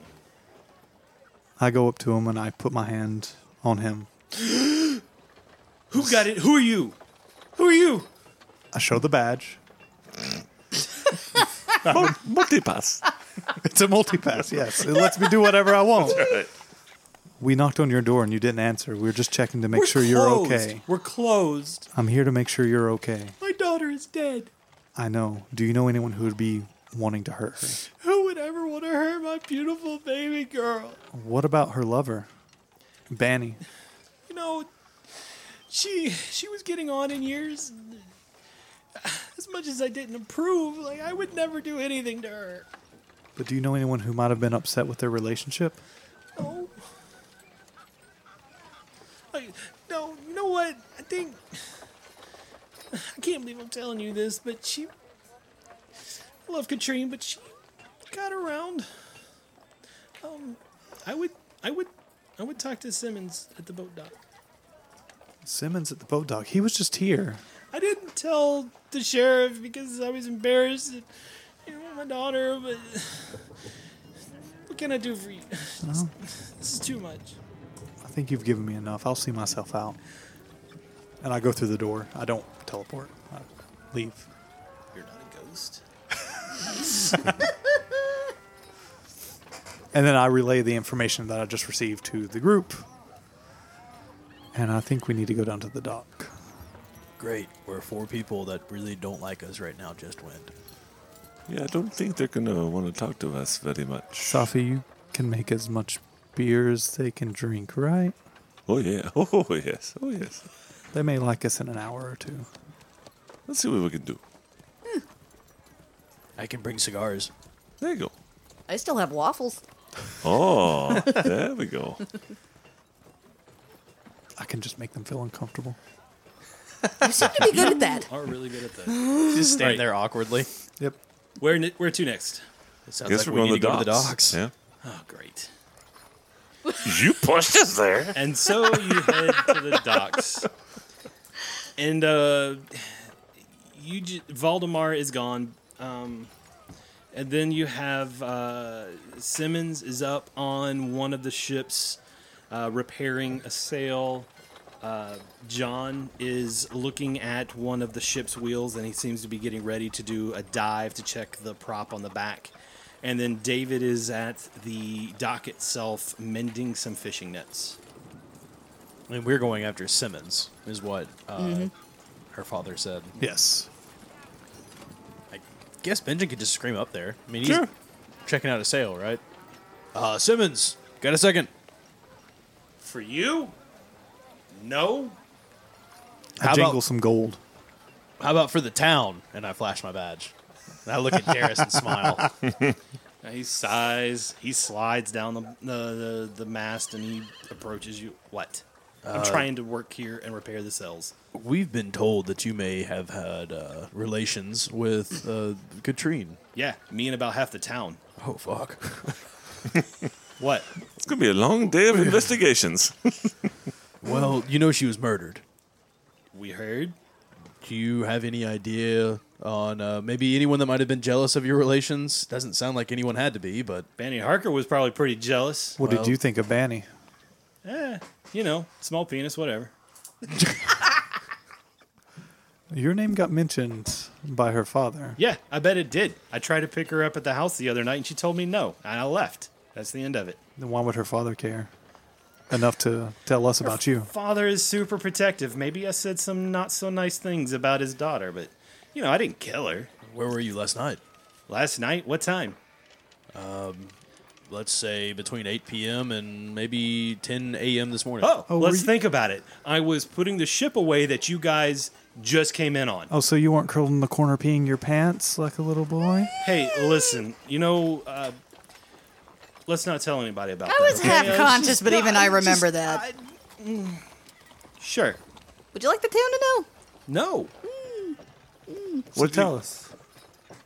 Speaker 5: I go up to him and I put my hand on him.
Speaker 6: Who got it? Who are you? Who are you?
Speaker 5: I show the badge.
Speaker 2: Mul- Multipass.
Speaker 5: It's a multipass, yes. It lets me do whatever I want. We knocked on your door and you didn't answer. We were just checking to make sure you're
Speaker 6: closed.
Speaker 5: okay.
Speaker 6: We're closed.
Speaker 5: I'm here to make sure you're okay.
Speaker 6: My daughter is dead.
Speaker 5: I know. Do you know anyone who would be wanting to hurt her?
Speaker 6: Who would ever want to hurt my beautiful baby girl?
Speaker 5: What about her lover? Banny.
Speaker 6: You know, she she was getting on in years. and As much as I didn't approve, like I would never do anything to her.
Speaker 5: But do you know anyone who might have been upset with their relationship?
Speaker 6: No. Like, no, you know what? I think. I can't believe I'm telling you this, but she. I love Katrine, but she got around. Um, I would, I would, I would talk to Simmons at the boat dock.
Speaker 5: Simmons at the boat dock. He was just here.
Speaker 6: I didn't tell the sheriff because I was embarrassed. and, You know, my daughter, but what can I do for you?
Speaker 5: Well,
Speaker 6: This is too much.
Speaker 5: I think you've given me enough. I'll see myself out. And I go through the door. I don't teleport. I leave.
Speaker 6: You're not a ghost.
Speaker 5: And then I relay the information that I just received to the group. And I think we need to go down to the dock.
Speaker 3: Great. We're four people that really don't like us right now just went.
Speaker 2: Yeah, I don't think they're gonna want to talk to us very much.
Speaker 5: Safi, you can make as much beer as they can drink, right?
Speaker 2: Oh yeah. Oh yes. Oh yes.
Speaker 5: They may like us in an hour or two.
Speaker 2: Let's see what we can do.
Speaker 3: I can bring cigars.
Speaker 2: There you go.
Speaker 4: I still have waffles.
Speaker 2: Oh, there we go.
Speaker 5: I can just make them feel uncomfortable.
Speaker 4: You seem to be good at that.
Speaker 6: Are really good at that.
Speaker 3: Just stand
Speaker 6: Right.
Speaker 3: there awkwardly.
Speaker 5: Yep.
Speaker 6: Where ne- where to next?
Speaker 3: It sounds
Speaker 2: Guess
Speaker 3: like
Speaker 2: we're going
Speaker 3: we
Speaker 2: to
Speaker 3: need
Speaker 2: the
Speaker 3: to go
Speaker 2: docks.
Speaker 3: to the docks.
Speaker 6: Oh, great.
Speaker 2: You pushed us there.
Speaker 6: And so you head to the docks, and uh, you j- Valdemar is gone. Um, and then you have uh, Simmons is up on one of the ships, uh, repairing a sail. Uh, John is looking at one of the ship's wheels, and he seems to be getting ready to do a dive to check the prop on the back. And then David is at the dock itself, mending some fishing nets.
Speaker 3: And we're going after Simmons, is what uh, her father said.
Speaker 5: Yes.
Speaker 3: I guess Benjamin could just scream up there. I mean, he's checking out a sale, right? Uh, Simmons, got a second?
Speaker 6: For you? No.
Speaker 5: I
Speaker 3: How
Speaker 5: jingle
Speaker 3: about-
Speaker 5: some gold.
Speaker 3: How about for the town? And I flash my badge. And I look at Darius and smile.
Speaker 6: He sighs. He slides down the the, the, the mast and he approaches you. What?
Speaker 3: Uh,
Speaker 6: I'm trying to work here and repair the cells.
Speaker 3: We've been told that you may have had uh, relations with uh, Katrine.
Speaker 6: Yeah, me and about half the town.
Speaker 3: Oh fuck!
Speaker 6: What?
Speaker 2: It's going to be a long day of investigations.
Speaker 3: Well, you know she was murdered.
Speaker 6: We heard.
Speaker 3: Do you have any idea on uh, maybe anyone that might have been jealous of your relations? Doesn't sound like anyone had to be, but
Speaker 6: Banny Harker was probably pretty jealous.
Speaker 5: What
Speaker 3: Well-
Speaker 5: did you think of Banny?
Speaker 6: Eh, you know, small penis, whatever.
Speaker 5: Your name got mentioned by her father.
Speaker 6: Yeah, I bet it did. I tried to pick her up at the house the other night and she told me no, and I left. That's the end of it.
Speaker 5: Then why would her father care enough to tell us about you?
Speaker 6: Father is super protective. Maybe I said some not so nice things about his daughter, but you know, I didn't kill her.
Speaker 3: where were you last night?
Speaker 6: Last night, what time?
Speaker 3: Let's say between 8 p.m. and maybe 10 a.m. this morning.
Speaker 6: Oh,
Speaker 5: Oh, were
Speaker 6: let's
Speaker 5: you-
Speaker 6: think about it. I was putting the ship away that you guys just came in on.
Speaker 5: Oh, so you weren't curled in the corner peeing your pants like a little boy?
Speaker 6: Hey, listen, you know, uh, let's not tell anybody about
Speaker 4: I
Speaker 6: that.
Speaker 4: was
Speaker 6: okay?
Speaker 4: half
Speaker 6: I was
Speaker 4: conscious,
Speaker 6: just-
Speaker 4: but
Speaker 6: no,
Speaker 4: even I
Speaker 6: was just-
Speaker 4: remember that.
Speaker 6: I- mm, sure.
Speaker 4: Would you like the town to know?
Speaker 6: No.
Speaker 2: what,
Speaker 5: Tell
Speaker 2: you,
Speaker 5: us.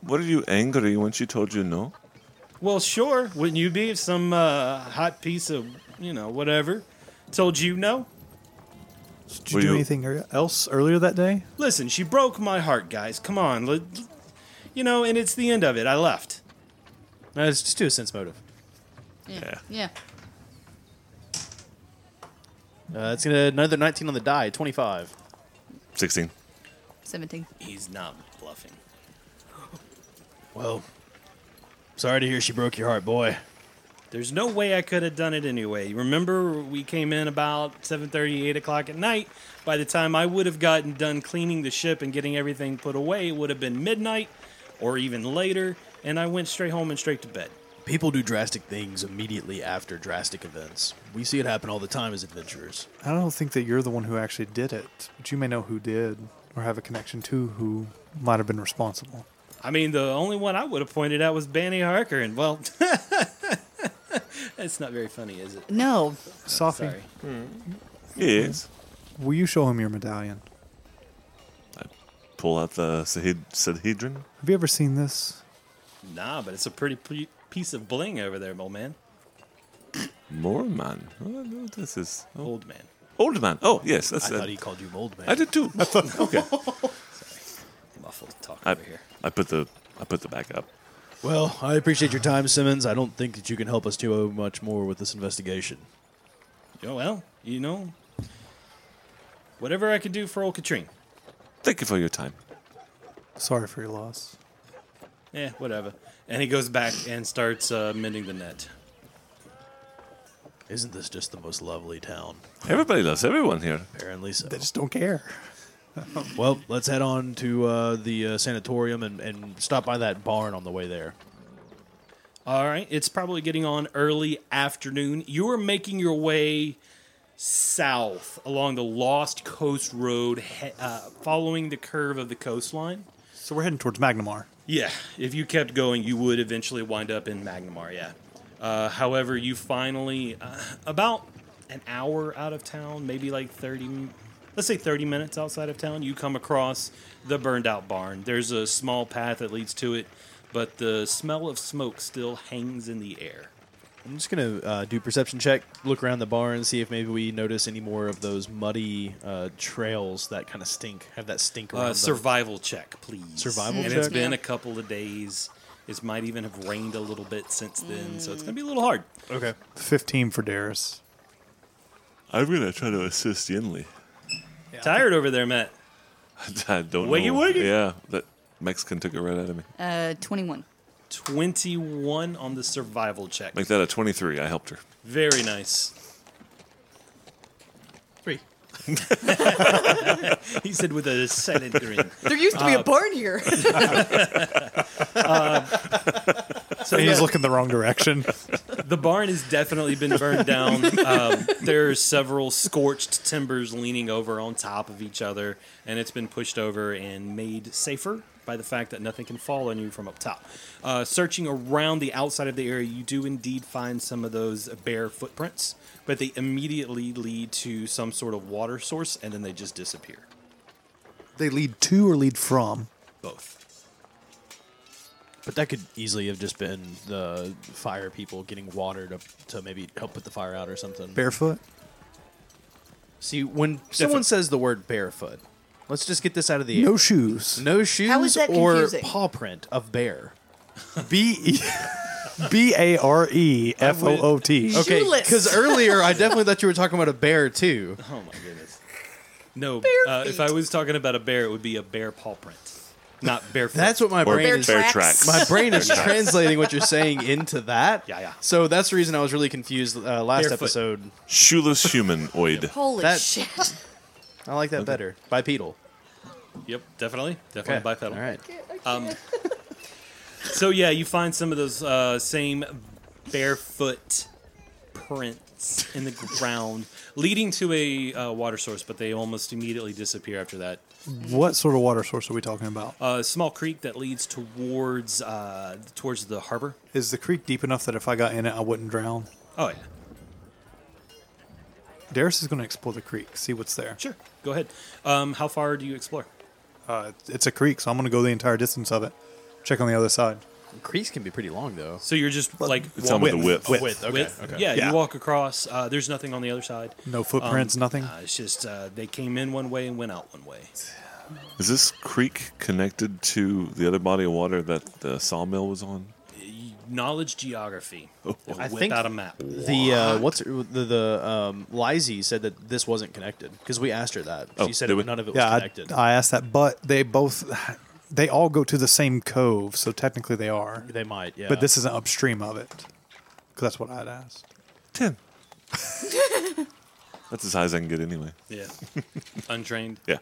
Speaker 2: what are you angry when she told you no?
Speaker 6: Well, sure. Wouldn't you be if some uh, hot piece of, you know, whatever told you no?
Speaker 5: Did you
Speaker 2: Were
Speaker 5: do
Speaker 2: you-
Speaker 5: anything er- else earlier that day?
Speaker 6: Listen, she broke my heart, guys. Come on. Let, you know, and it's the end of it. I left.
Speaker 3: No, it's just do a sense motive.
Speaker 2: Yeah.
Speaker 4: Yeah.
Speaker 3: Uh, it's gonna another 19 on the die, 25.
Speaker 2: 16.
Speaker 4: 17.
Speaker 6: He's not bluffing.
Speaker 3: Well, Oh, sorry to hear she broke your heart, boy.
Speaker 6: There's no way I could have done it anyway. You Remember, we came in about 7:30, 8 o'clock at night. By the time I would have gotten done cleaning the ship and getting everything put away, it would have been midnight, or even later. And I went straight home and straight to bed.
Speaker 3: People do drastic things immediately after drastic events. We see it happen all the time as adventurers.
Speaker 5: I don't think that you're the one who actually did it, but you may know who did or have a connection to who might have been responsible.
Speaker 6: I mean, the only one I would have pointed out was Banny Harker, and well, that's not very funny, is it?
Speaker 4: No.
Speaker 5: Sophie,
Speaker 6: Sorry.
Speaker 2: Yes.
Speaker 5: will you show him your medallion?
Speaker 2: Pull out the Sahid- Sahedrin.
Speaker 5: Have you ever seen this?
Speaker 6: Nah, but it's a pretty p- piece of bling over there, old man.
Speaker 2: Mormon. Oh, no, this is. Oh.
Speaker 6: Old man.
Speaker 2: Old man. Oh, yes.
Speaker 3: I
Speaker 2: That's,
Speaker 3: thought
Speaker 2: I,
Speaker 3: he called you mold man.
Speaker 2: I did too. okay.
Speaker 6: Muffled talk
Speaker 2: I,
Speaker 6: over here.
Speaker 2: I put the I put the back up.
Speaker 3: Well, I appreciate your time, Simmons. I don't think that you can help us too much more with this investigation.
Speaker 6: Oh, well, you know, whatever I could do for old Katrine.
Speaker 2: Thank you for your time.
Speaker 5: Sorry for your loss.
Speaker 6: Eh, whatever. And he goes back and starts uh, mending the net.
Speaker 3: Isn't this just the most lovely town?
Speaker 2: Everybody loves everyone here.
Speaker 3: Apparently so.
Speaker 5: They just don't care.
Speaker 3: Well, let's head on to uh, the uh, sanatorium and, and stop by that barn on the way there.
Speaker 6: All right, it's probably getting on early afternoon. You are making your way south along the Lost Coast Road, he- uh, following the curve of the coastline.
Speaker 5: So we're heading towards Magnamar.
Speaker 6: Yeah, if you kept going, you would eventually wind up in Magnamar, yeah. Uh, however, you finally, uh, about an hour out of town, maybe like 30, m- let's say 30 minutes outside of town, you come across the burned out barn. There's a small path that leads to it, but the smell of smoke still hangs in the air.
Speaker 3: I'm just gonna uh, do perception check, look around the barn, see if maybe we notice any more of those muddy uh, trails that kind of stink, have that stink around.
Speaker 6: Uh,
Speaker 3: them.
Speaker 6: survival check, please.
Speaker 3: Survival
Speaker 6: and it's
Speaker 3: check?
Speaker 6: been a couple of days. It might even have rained a little bit since then, so it's going to be a little hard.
Speaker 3: Okay.
Speaker 5: 15 for Darius.
Speaker 2: I'm gonna try to assist Yinli.
Speaker 6: Tired over there, Matt.
Speaker 2: I don't
Speaker 6: Wiggy
Speaker 2: know.
Speaker 6: wiggy.
Speaker 2: Yeah, that Mexican took it right out of me.
Speaker 4: Uh, 21.
Speaker 6: 21 on the survival check.
Speaker 2: Make that a 23. I helped her.
Speaker 6: Very nice.
Speaker 3: Three.
Speaker 6: He said with a silent grin.
Speaker 4: There used to be a barn here.
Speaker 6: So
Speaker 5: He's
Speaker 6: yeah,
Speaker 5: looking the wrong direction.
Speaker 6: the barn has definitely been burned down. Um, there are several scorched timbers leaning over on top of each other, and it's been pushed over and made safer by the fact that nothing can fall on you from up top. Uh, searching around the outside of the area, you do indeed find some of those bare footprints, but they immediately lead to some sort of water source and then they just disappear.
Speaker 5: They lead to or lead from.
Speaker 6: Both.
Speaker 3: But that could easily have just been the fire people getting water to, to maybe help put the fire out or something.
Speaker 5: Barefoot.
Speaker 3: See, when someone says the word barefoot, let's just get this out of the
Speaker 5: No
Speaker 3: air.
Speaker 5: shoes.
Speaker 3: no shoes
Speaker 4: How is that
Speaker 3: or
Speaker 4: confusing?
Speaker 3: paw print of bear.
Speaker 5: B E-, B A R E F O O T.
Speaker 3: Okay, er,
Speaker 4: Shoeless.
Speaker 3: because earlier I definitely thought you were talking about a bear too.
Speaker 6: Oh my goodness. No,
Speaker 4: Bare
Speaker 6: uh, if
Speaker 4: feet.
Speaker 6: I was talking about a bear, it would be a bear paw print, not barefoot.
Speaker 3: That's what my
Speaker 2: Or
Speaker 3: brain
Speaker 4: Bear
Speaker 3: is.
Speaker 4: trap.
Speaker 2: bear
Speaker 4: tracks.
Speaker 2: tracks.
Speaker 3: My brain is translating what you're saying into that.
Speaker 6: Yeah, yeah.
Speaker 3: So that's the reason I was really confused uh, last
Speaker 6: Barefoot.
Speaker 3: episode.
Speaker 2: Shoeless humanoid.
Speaker 4: Holy
Speaker 3: That-
Speaker 4: shit.
Speaker 3: I like that better. Bipedal.
Speaker 6: Yep, definitely, definitely bipedal.
Speaker 3: All right.
Speaker 6: So yeah, you find some of those uh, same barefoot prints in the ground, leading to a uh, water source, but they almost immediately disappear after that.
Speaker 5: What sort of water source are we talking about?
Speaker 6: A small creek that leads towards uh, towards the harbor.
Speaker 5: Is the creek deep enough that if I got in it, I wouldn't drown?
Speaker 6: Oh yeah,
Speaker 5: Darius is going to explore the creek, see what's there.
Speaker 6: sure. Go ahead. Um, how far do you explore?
Speaker 5: Uh, it's a creek, so I'm going to go the entire distance of it. Check on the other side.
Speaker 3: Crease can be pretty long though.
Speaker 6: So you're just like
Speaker 2: It's on with the
Speaker 5: Width.
Speaker 2: whip.
Speaker 5: Width.
Speaker 3: Width. Okay.
Speaker 6: With,
Speaker 3: okay.
Speaker 6: Yeah,
Speaker 5: Yeah.
Speaker 6: you walk across. Uh, there's nothing on the other side.
Speaker 5: No footprints, nothing.
Speaker 6: Uh, it's just uh, they came in one way and went out one way.
Speaker 2: Is this creek connected to the other body of water that the sawmill was on? Oh,
Speaker 6: Knowledge geography.
Speaker 3: I think-
Speaker 6: without a map.
Speaker 3: The uh, what's her- the the um, Lizzie said that this wasn't connected because we asked her that. She
Speaker 2: Oh,
Speaker 3: said
Speaker 2: did
Speaker 3: it,
Speaker 2: we?
Speaker 3: none of it was
Speaker 5: yeah,
Speaker 3: connected.
Speaker 5: I, I asked that, but they both, they all go to the same cove, so technically they are.
Speaker 3: they might, yeah.
Speaker 5: But this isn't upstream of it, because that's what I'd asked.
Speaker 2: Ten. That's as high as I can get anyway.
Speaker 6: Yeah. Untrained.
Speaker 2: Yeah.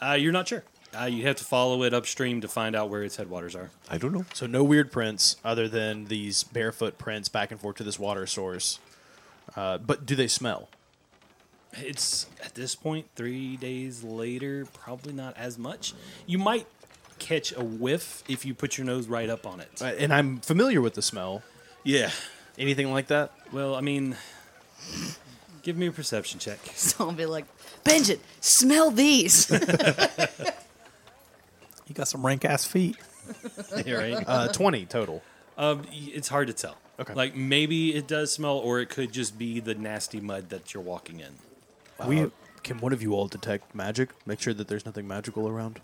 Speaker 6: Uh, you're not sure. Uh, you have to follow it upstream to find out where its headwaters are.
Speaker 2: I don't know.
Speaker 3: so no weird prints other than these barefoot prints back and forth to this water source. Uh, but do they smell?
Speaker 6: It's at this point three days later, probably not as much. You might catch a whiff if you put your nose right up on it.
Speaker 3: Uh, And I'm familiar with the smell.
Speaker 6: Yeah.
Speaker 3: Anything like that?
Speaker 6: Well, I mean, give me a perception check.
Speaker 4: So I'll be like, Benjamin, smell these.
Speaker 5: You got some rank ass feet.
Speaker 6: right?
Speaker 3: Uh, Twenty total.
Speaker 6: Um, y- it's hard to tell.
Speaker 3: Okay.
Speaker 6: Like maybe it does smell, or it could just be the nasty mud that you're walking in.
Speaker 3: We can one of you all detect magic? Make sure that there's nothing magical around.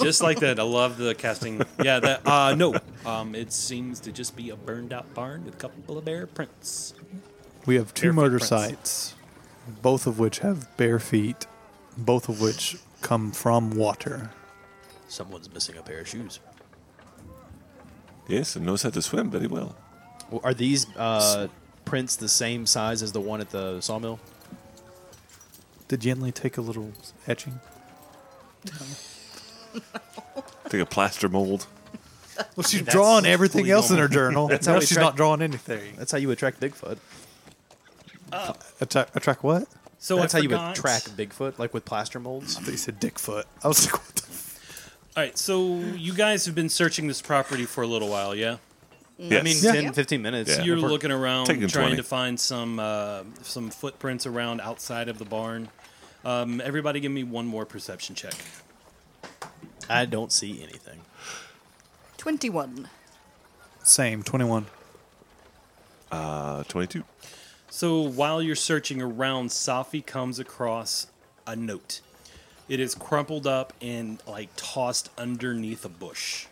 Speaker 6: just like that. I love the casting. Yeah, that uh no. Um it seems to just be a burned out barn with a couple of bear prints.
Speaker 5: We have two
Speaker 6: Barefoot
Speaker 5: murder
Speaker 6: prints.
Speaker 5: sites, both of which have bare feet, both of which come from water.
Speaker 3: Someone's missing a pair of shoes.
Speaker 2: Yes, it knows how to swim very well.
Speaker 3: Well, Are these uh, prints the same size as the one at the sawmill?
Speaker 5: Did Yenli take a little etching?
Speaker 2: Take a plaster mold.
Speaker 5: Well, she's
Speaker 6: That's
Speaker 5: drawing everything
Speaker 6: fully
Speaker 5: else in her
Speaker 6: normal.
Speaker 5: journal.
Speaker 3: how
Speaker 5: Now
Speaker 3: we
Speaker 5: she's
Speaker 3: track-
Speaker 5: not drawing anything.
Speaker 3: That's how you attract Bigfoot.
Speaker 5: Attract, attract what?
Speaker 6: So
Speaker 3: That's
Speaker 6: I
Speaker 3: how you
Speaker 6: forgot-
Speaker 3: would track Bigfoot, like with plaster molds.
Speaker 5: I thought you said Dickfoot. I was like, what the f-
Speaker 6: All right, so you guys have been searching this property for a little while, yeah?
Speaker 2: Yes.
Speaker 3: I mean,
Speaker 5: Yeah.
Speaker 3: 10,
Speaker 4: Yep.
Speaker 3: 15 minutes.
Speaker 2: Yeah.
Speaker 6: You're
Speaker 3: If we're-
Speaker 6: looking around,
Speaker 2: Taking
Speaker 6: trying
Speaker 2: 20.
Speaker 6: to find some uh, some footprints around outside of the barn. Um, everybody, give me one more perception check.
Speaker 3: I don't see anything.
Speaker 4: 21.
Speaker 5: Same, 21.
Speaker 2: uh, 22.
Speaker 6: So while you're searching around, Safi comes across a note. It is crumpled up and like tossed underneath a bush.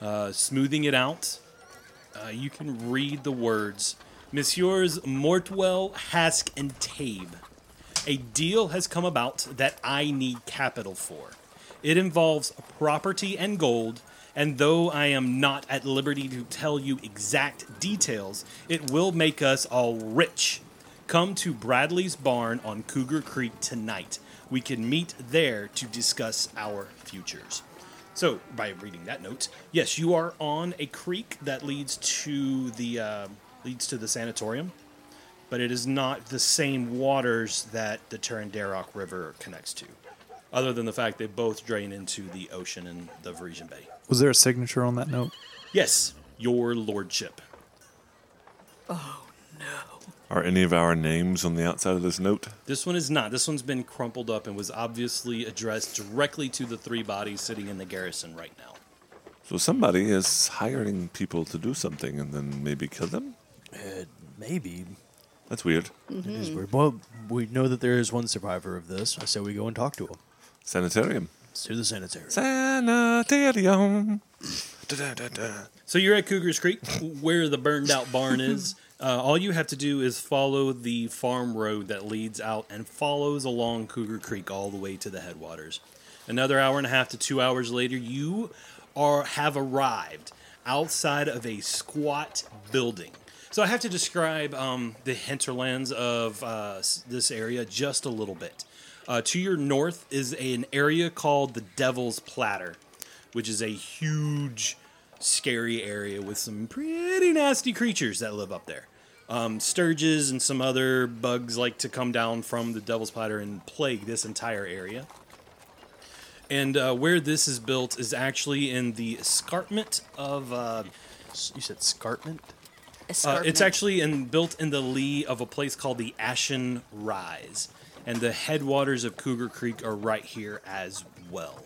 Speaker 6: Uh, smoothing it out, uh, you can read the words Messieurs Mortwell, Hask, and Tabe. A deal has come about that I need capital for. It involves property and gold, and though I am not at liberty to tell you exact details, it will make us all rich. Come to Bradley's barn on Cougar Creek tonight. We can meet there to discuss our futures. So, by reading that note, yes, you are on a creek that leads to the uh, leads to the sanatorium but it is not the same waters that the Turandarok River connects to.
Speaker 1: Other
Speaker 6: Other than the fact they both drain into the ocean in the Varisian Bay.
Speaker 5: Was there a signature on that note?
Speaker 6: Yes, your lordship.
Speaker 2: Are any of our names on the outside of this note?
Speaker 6: This one is not. This one's been crumpled up and was obviously addressed directly to the three bodies sitting in the garrison right now.
Speaker 2: So somebody is hiring people to do something and then maybe kill them?
Speaker 3: Maybe.
Speaker 2: That's weird.
Speaker 3: It is weird. Well, we know that there is one survivor of this. I say we go and talk to him.
Speaker 2: Sanitarium.
Speaker 3: Let's do the sanitary.
Speaker 2: Sanitarium. Da-da-da-da.
Speaker 6: So you're at Cougars Creek, where the burned out barn is. Uh, all you have to do is follow the farm road that leads out and follows along Cougar Creek all the way to the headwaters. Another hour and a half to two hours later, you are have arrived outside of a squat building. So I have to describe um, the hinterlands of uh, s- this area just a little bit. Uh, to your north is an area called the Devil's Platter which is a huge, scary area with some pretty nasty creatures that live up there. Um, sturges and some other bugs like to come down from the Devil's Platter and plague this entire area. And uh, where this is built is actually in the escarpment of. Uh,
Speaker 3: S- You said escarpment?
Speaker 6: uh, it's
Speaker 4: Escarpment.
Speaker 6: actually in, built in the lee of a place called the Ashen Rise. And the headwaters of Cougar Creek are right here as well.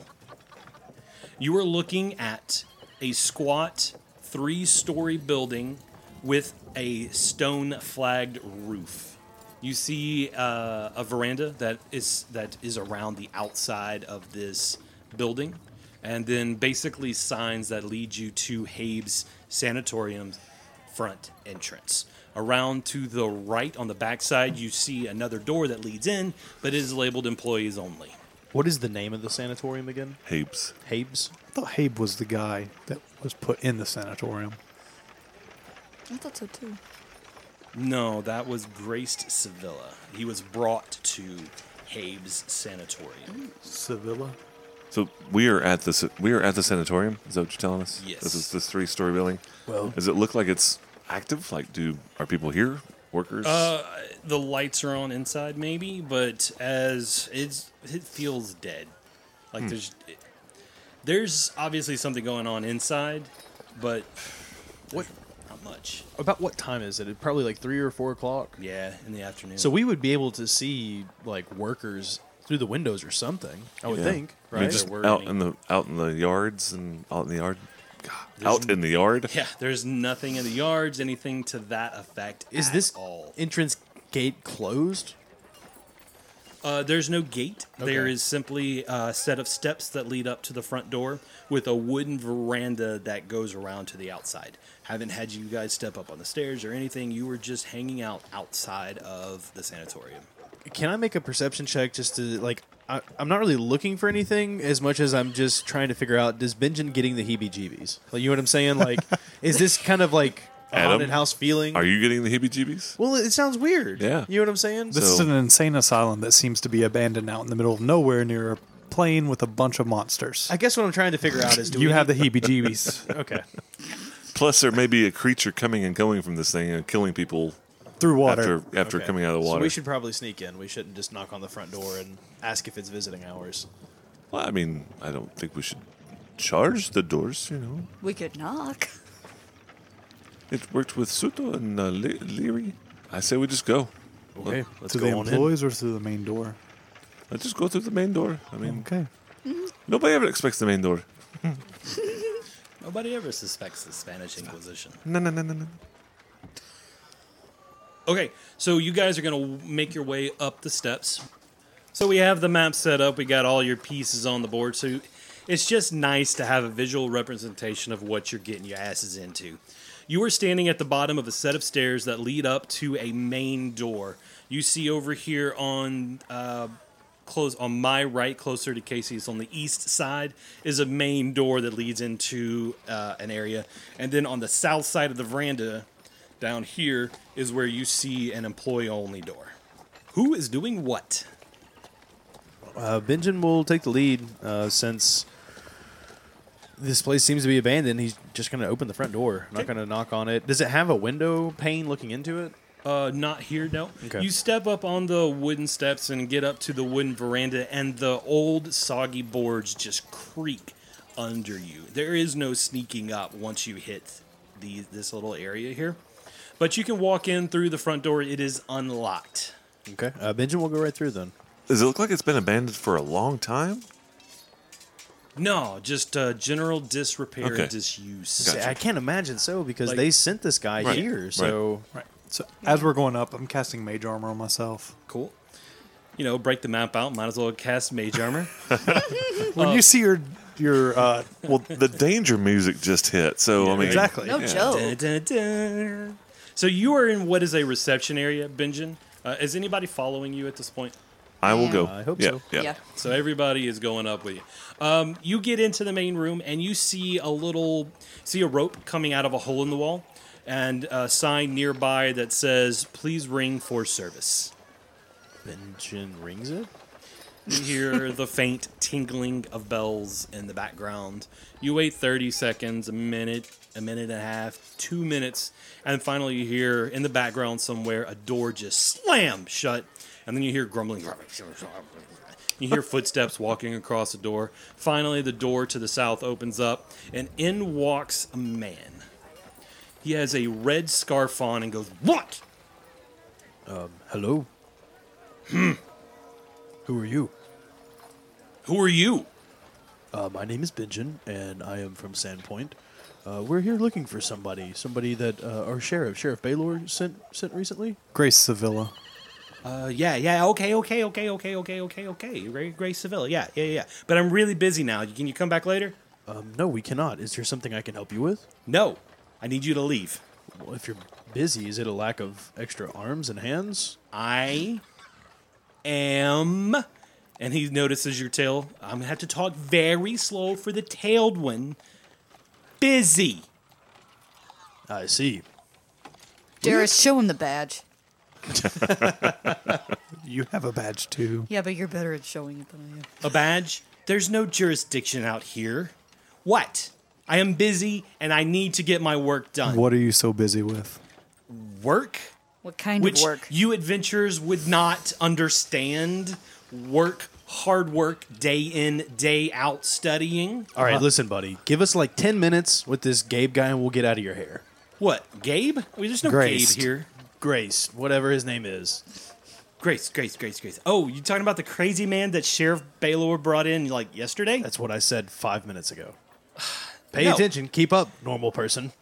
Speaker 6: You are looking at a squat three story building with a stone flagged roof. You see uh, a veranda that is that is around the outside of this building, and then basically signs that lead you to Habe's Sanatorium's front entrance. Around to the right on the backside, you see another door that leads in, but it is labeled employees only.
Speaker 3: What is the name of the sanatorium again?
Speaker 2: Heaps.
Speaker 3: Habes?
Speaker 5: I thought Habe was the guy that was put in the sanatorium.
Speaker 4: I thought so too.
Speaker 6: No, that was Graced Sevilla. He was brought to Habe's sanatorium.
Speaker 5: Sevilla.
Speaker 2: So we are at the sa- we are at the sanatorium. Is that what you're telling us?
Speaker 6: Yes.
Speaker 2: This is this three story building.
Speaker 3: Well-
Speaker 2: does it look like it's active? Like, do are people here? Workers?
Speaker 6: Uh, the lights are on inside, maybe, but as it's, it feels dead. Like there's, it, there's obviously something going on inside, but
Speaker 3: What?
Speaker 6: not much.
Speaker 3: About what time is it? It probably like three or four o'clock.
Speaker 6: Yeah, in the afternoon.
Speaker 3: So we would be able to see like workers through the windows or something. I would
Speaker 2: Yeah.
Speaker 3: think,
Speaker 2: I
Speaker 3: right?
Speaker 2: mean, just
Speaker 6: There were
Speaker 2: out
Speaker 6: any-
Speaker 2: in the out in the yards and out in the yard. God, out in the yard.
Speaker 6: yeah, there's nothing in the yards, anything to that effect.
Speaker 3: is
Speaker 6: at
Speaker 3: this
Speaker 6: all?
Speaker 3: entrance gate closed?
Speaker 6: Uh, there's no gate. There
Speaker 3: Okay.
Speaker 6: is simply a set of steps that lead up to the front door with a wooden veranda that goes around to the outside. Haven't had you guys step up on the stairs or anything. You were just hanging out outside of the sanatorium.
Speaker 3: Can I make a perception check just to like? I, I'm not really looking for anything as much as I'm just trying to figure out does Benjen getting the heebie-jeebies? Like, you know what I'm saying? Like, is this kind of like a
Speaker 2: Adam,
Speaker 3: haunted house feeling?
Speaker 2: Are you getting the heebie-jeebies?
Speaker 3: well, it sounds weird.
Speaker 2: Yeah.
Speaker 3: you know what I'm saying?
Speaker 5: This
Speaker 2: So-
Speaker 5: is an insane asylum that seems to be abandoned out in the middle of nowhere near a plane with a bunch of monsters.
Speaker 3: I guess what I'm trying to figure out is do
Speaker 5: you
Speaker 3: we
Speaker 5: have the heebie-jeebies
Speaker 3: okay?
Speaker 2: Plus, there may be a creature coming and going from this thing and killing people
Speaker 5: through water.
Speaker 2: after after
Speaker 3: Okay.
Speaker 2: coming out of the
Speaker 3: So
Speaker 2: water.
Speaker 3: we should probably sneak in. We shouldn't just knock on the front door and ask if it's visiting hours.
Speaker 2: well, I mean, I don't think we should charge the doors. You know,
Speaker 4: We could knock.
Speaker 2: it worked with Suto and uh, Le- Leary. I say we just go.
Speaker 3: Okay, let's
Speaker 5: to
Speaker 3: go
Speaker 5: the
Speaker 3: on in.
Speaker 5: employees or through the main door?
Speaker 2: Let's just go through the main door. I mean,
Speaker 5: Okay.
Speaker 2: Nobody ever expects the main door.
Speaker 6: Nobody ever suspects the Spanish Inquisition.
Speaker 2: No, no, no, no, no.
Speaker 6: Okay, so you guys are going to make your way up the steps. So we have the map set up, we got all your pieces on the board. So it's just nice to have a visual representation of what you're getting your asses into. You are standing at the bottom of a set of stairs that lead up to a main door. You see over here on uh, close on my right, closer to Casey's on the east side, is a main door that leads into uh, an area, and then on the south side of the veranda, down here is where you see an employee-only door. Who is doing what?
Speaker 3: Uh, Benjen will take the lead uh, since this place seems to be abandoned. He's just going to open the front door, not going to knock on it. Does it have a window pane looking into it?
Speaker 6: Uh, not here, no.
Speaker 8: Okay.
Speaker 6: You step up on the wooden steps and get up to the wooden veranda, and the old soggy boards just creak under you. There is no sneaking up once you hit the this little area here. But you can walk in through the front door. It is unlocked.
Speaker 8: Okay. Uh, Benjamin will go right through then.
Speaker 2: Does it look like it's been abandoned for a long time?
Speaker 6: No, just uh, general disrepair
Speaker 2: Okay.
Speaker 6: and disuse.
Speaker 2: Gotcha.
Speaker 8: See, I can't imagine so because
Speaker 6: Like-
Speaker 8: they sent this guy
Speaker 2: Right.
Speaker 8: here.
Speaker 2: Right.
Speaker 8: So
Speaker 5: Right. So as we're going up, I'm casting mage armor on myself.
Speaker 6: Cool. You know, break the map out. Might as well cast mage armor.
Speaker 5: When you see your your uh,
Speaker 2: Well, the danger music just hit, so I mean,
Speaker 5: exactly,
Speaker 4: No
Speaker 2: Yeah.
Speaker 6: Dun,
Speaker 4: joke.
Speaker 6: dun, dun. So you are in what is a reception area, Benjamin. Uh, is anybody following you at this point?
Speaker 2: I will go.
Speaker 8: I hope
Speaker 2: yeah,
Speaker 8: so.
Speaker 2: Yeah.
Speaker 4: Yeah.
Speaker 6: So everybody is going up with you. Um, you get into the main room and you see a little, see a rope coming out of a hole in the wall, and a sign nearby that says "Please ring for service."
Speaker 8: Benjamin rings it.
Speaker 6: You hear the faint tingling of bells in the background. You wait 30 seconds, a minute, a minute and a half, two minutes, and finally you hear in the background somewhere a door just slam shut, and then you hear grumbling. You hear footsteps walking across the door. Finally, the door to the south opens up, and in walks a man. He has a red scarf on and goes, What?
Speaker 8: Hello. Hmm. Who are you?
Speaker 6: Who are you?
Speaker 8: Uh, my name is Benjamin, and I am from Sandpoint. Uh, we're here looking for somebody, somebody that uh, our sheriff, Sheriff Baylor, sent sent recently.
Speaker 5: Grace Sevilla.
Speaker 6: Uh, yeah, yeah, okay, okay, okay, okay, okay, okay, okay. Ray, Grace Seville, yeah, yeah, yeah. yeah. But I'm really busy now. Can you come back later?
Speaker 8: Um, no, we cannot. Is there something I can help you with?
Speaker 6: No, I need you to leave.
Speaker 8: Well, if you're busy, is it a lack of extra arms and hands?
Speaker 6: I am, and he notices your tail. I'm gonna have to talk very slow for the tailed one. Busy.
Speaker 8: I see.
Speaker 4: Darius, show him the badge.
Speaker 5: You have a badge too.
Speaker 4: Yeah, but you're better at showing it than I am.
Speaker 6: A badge? There's no jurisdiction out here. What? I am busy and I need to get my work done.
Speaker 5: What are you so busy with?
Speaker 6: Work?
Speaker 4: What kind
Speaker 6: which
Speaker 4: of work?
Speaker 6: you adventurers would not understand. Work, hard work, day in, day out, studying.
Speaker 3: Uh-huh.
Speaker 8: All right, listen, buddy. Give us like ten minutes with this Gabe guy, and we'll get out of your hair.
Speaker 6: What, Gabe? I mean, there's no
Speaker 5: Graced.
Speaker 6: Gabe here.
Speaker 8: Grace, whatever his name is.
Speaker 6: Grace, Grace, Grace, Grace. Oh, you talking about the crazy man that Sheriff Baylor brought in like yesterday?
Speaker 8: That's what I said five minutes ago. Pay
Speaker 6: No.
Speaker 8: attention. Keep up, normal person.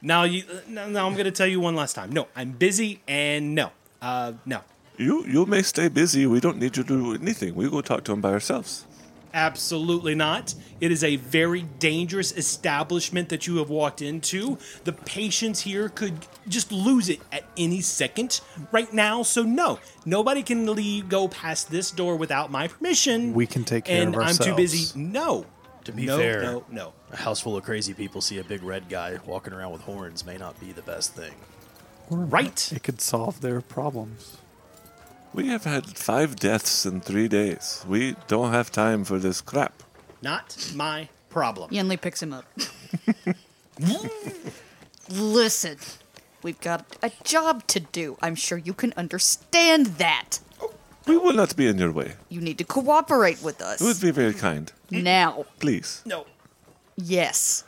Speaker 6: Now you, uh, now, now I'm gonna tell you one last time. No, I'm busy and no, uh, no,
Speaker 2: You you may stay busy. We don't need you to do anything. We go talk to him by ourselves.
Speaker 6: Absolutely not. It is a very dangerous establishment that you have walked into. The patients here could just lose it at any second right now. So, no, nobody can leave, go past this door without my permission.
Speaker 5: We can take care
Speaker 6: and
Speaker 5: of
Speaker 6: I'm too
Speaker 5: ourselves.
Speaker 6: busy. No.
Speaker 8: To be
Speaker 6: no,
Speaker 8: fair.
Speaker 6: No, no.
Speaker 8: A house full of crazy people see a big red guy walking around with horns may not be the best thing.
Speaker 6: Right.
Speaker 5: It could solve their problems.
Speaker 2: We have had five deaths in three days. We don't have time for this crap.
Speaker 6: Not my problem.
Speaker 4: Yenli picks him up. Listen, we've got a job to do. I'm sure you can understand that.
Speaker 2: We will not be in your way.
Speaker 4: You need to cooperate with
Speaker 2: You would
Speaker 4: us
Speaker 2: be very kind,
Speaker 4: now.
Speaker 2: please.
Speaker 6: No.
Speaker 4: Yes.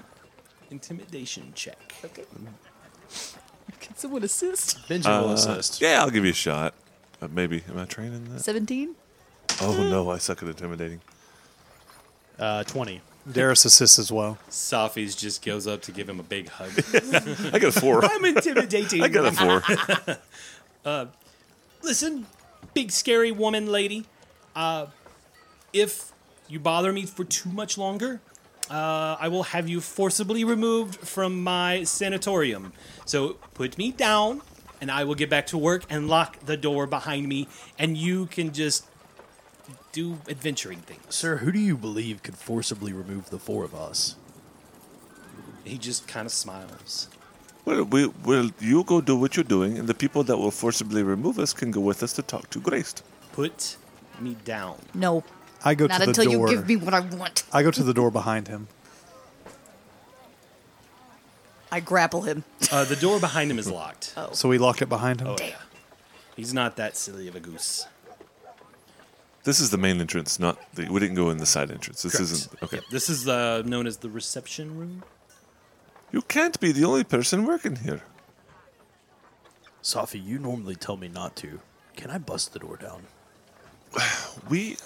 Speaker 6: Intimidation check. Okay.
Speaker 4: Can someone assist?
Speaker 8: Benjamin will
Speaker 2: Uh,
Speaker 8: assist.
Speaker 2: yeah, I'll give you a shot. Uh, maybe. Am I training that?
Speaker 4: 17?
Speaker 2: Oh no, I suck at intimidating.
Speaker 8: Uh, 20.
Speaker 5: Darius assists as well.
Speaker 6: Safi's just goes up to give him a big hug.
Speaker 2: I got a four.
Speaker 6: I'm intimidating.
Speaker 2: I got a four.
Speaker 6: listen, big scary woman lady, uh, if you bother me for too much longer, uh, I will have you forcibly removed from my sanatorium. So put me down, and I will get back to work and lock the door behind me, and you can just do adventuring things.
Speaker 8: Sir, who do you believe could forcibly remove the four of us?
Speaker 6: He just kind of smiles.
Speaker 2: Well, we, well, you go do what you're doing, and the people that will forcibly remove us can go with us to talk to Grace.
Speaker 6: Put me down.
Speaker 4: No.
Speaker 5: I go
Speaker 4: Not
Speaker 5: to the
Speaker 4: until
Speaker 5: door.
Speaker 4: you give me what I want.
Speaker 5: I go to the door behind him.
Speaker 4: I grapple him.
Speaker 6: Uh, the door behind him is locked. Oh.
Speaker 5: So we locked it behind him.
Speaker 6: yeah. He's not that silly of a goose.
Speaker 2: This is the main entrance, not the. We didn't go in the side entrance. This
Speaker 6: Correct.
Speaker 2: isn't okay.
Speaker 6: Yep, This is uh, known as the reception room.
Speaker 2: You can't be the only person working here.
Speaker 3: Safi, you normally tell me not to. Can I bust the door down?
Speaker 2: We,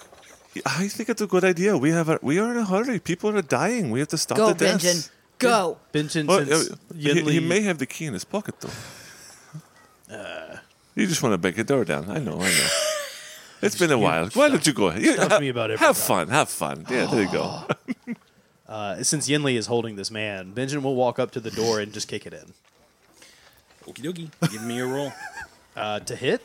Speaker 2: I think it's a good idea. We have a, we are in a hurry. People are dying. We have to stop
Speaker 4: Go,
Speaker 2: the deaths.
Speaker 4: Benjamin. Go.
Speaker 3: Benson,
Speaker 2: Well,
Speaker 3: since
Speaker 2: uh, he,
Speaker 3: Yinli,
Speaker 2: he may have the key in his pocket though.
Speaker 3: Uh.
Speaker 2: you just want to break a door down. I know. I know. It's been a while. Why don't you go ahead? You-
Speaker 3: stuff
Speaker 2: ha-
Speaker 3: me about
Speaker 2: have
Speaker 3: everything. Oh.
Speaker 2: fun. Have fun. Yeah, there you go.
Speaker 3: uh, since Yinli is holding this man, Benjamin will walk up to the door and just kick it in.
Speaker 6: Okie dokie. Give me a roll.
Speaker 3: Uh, to hit?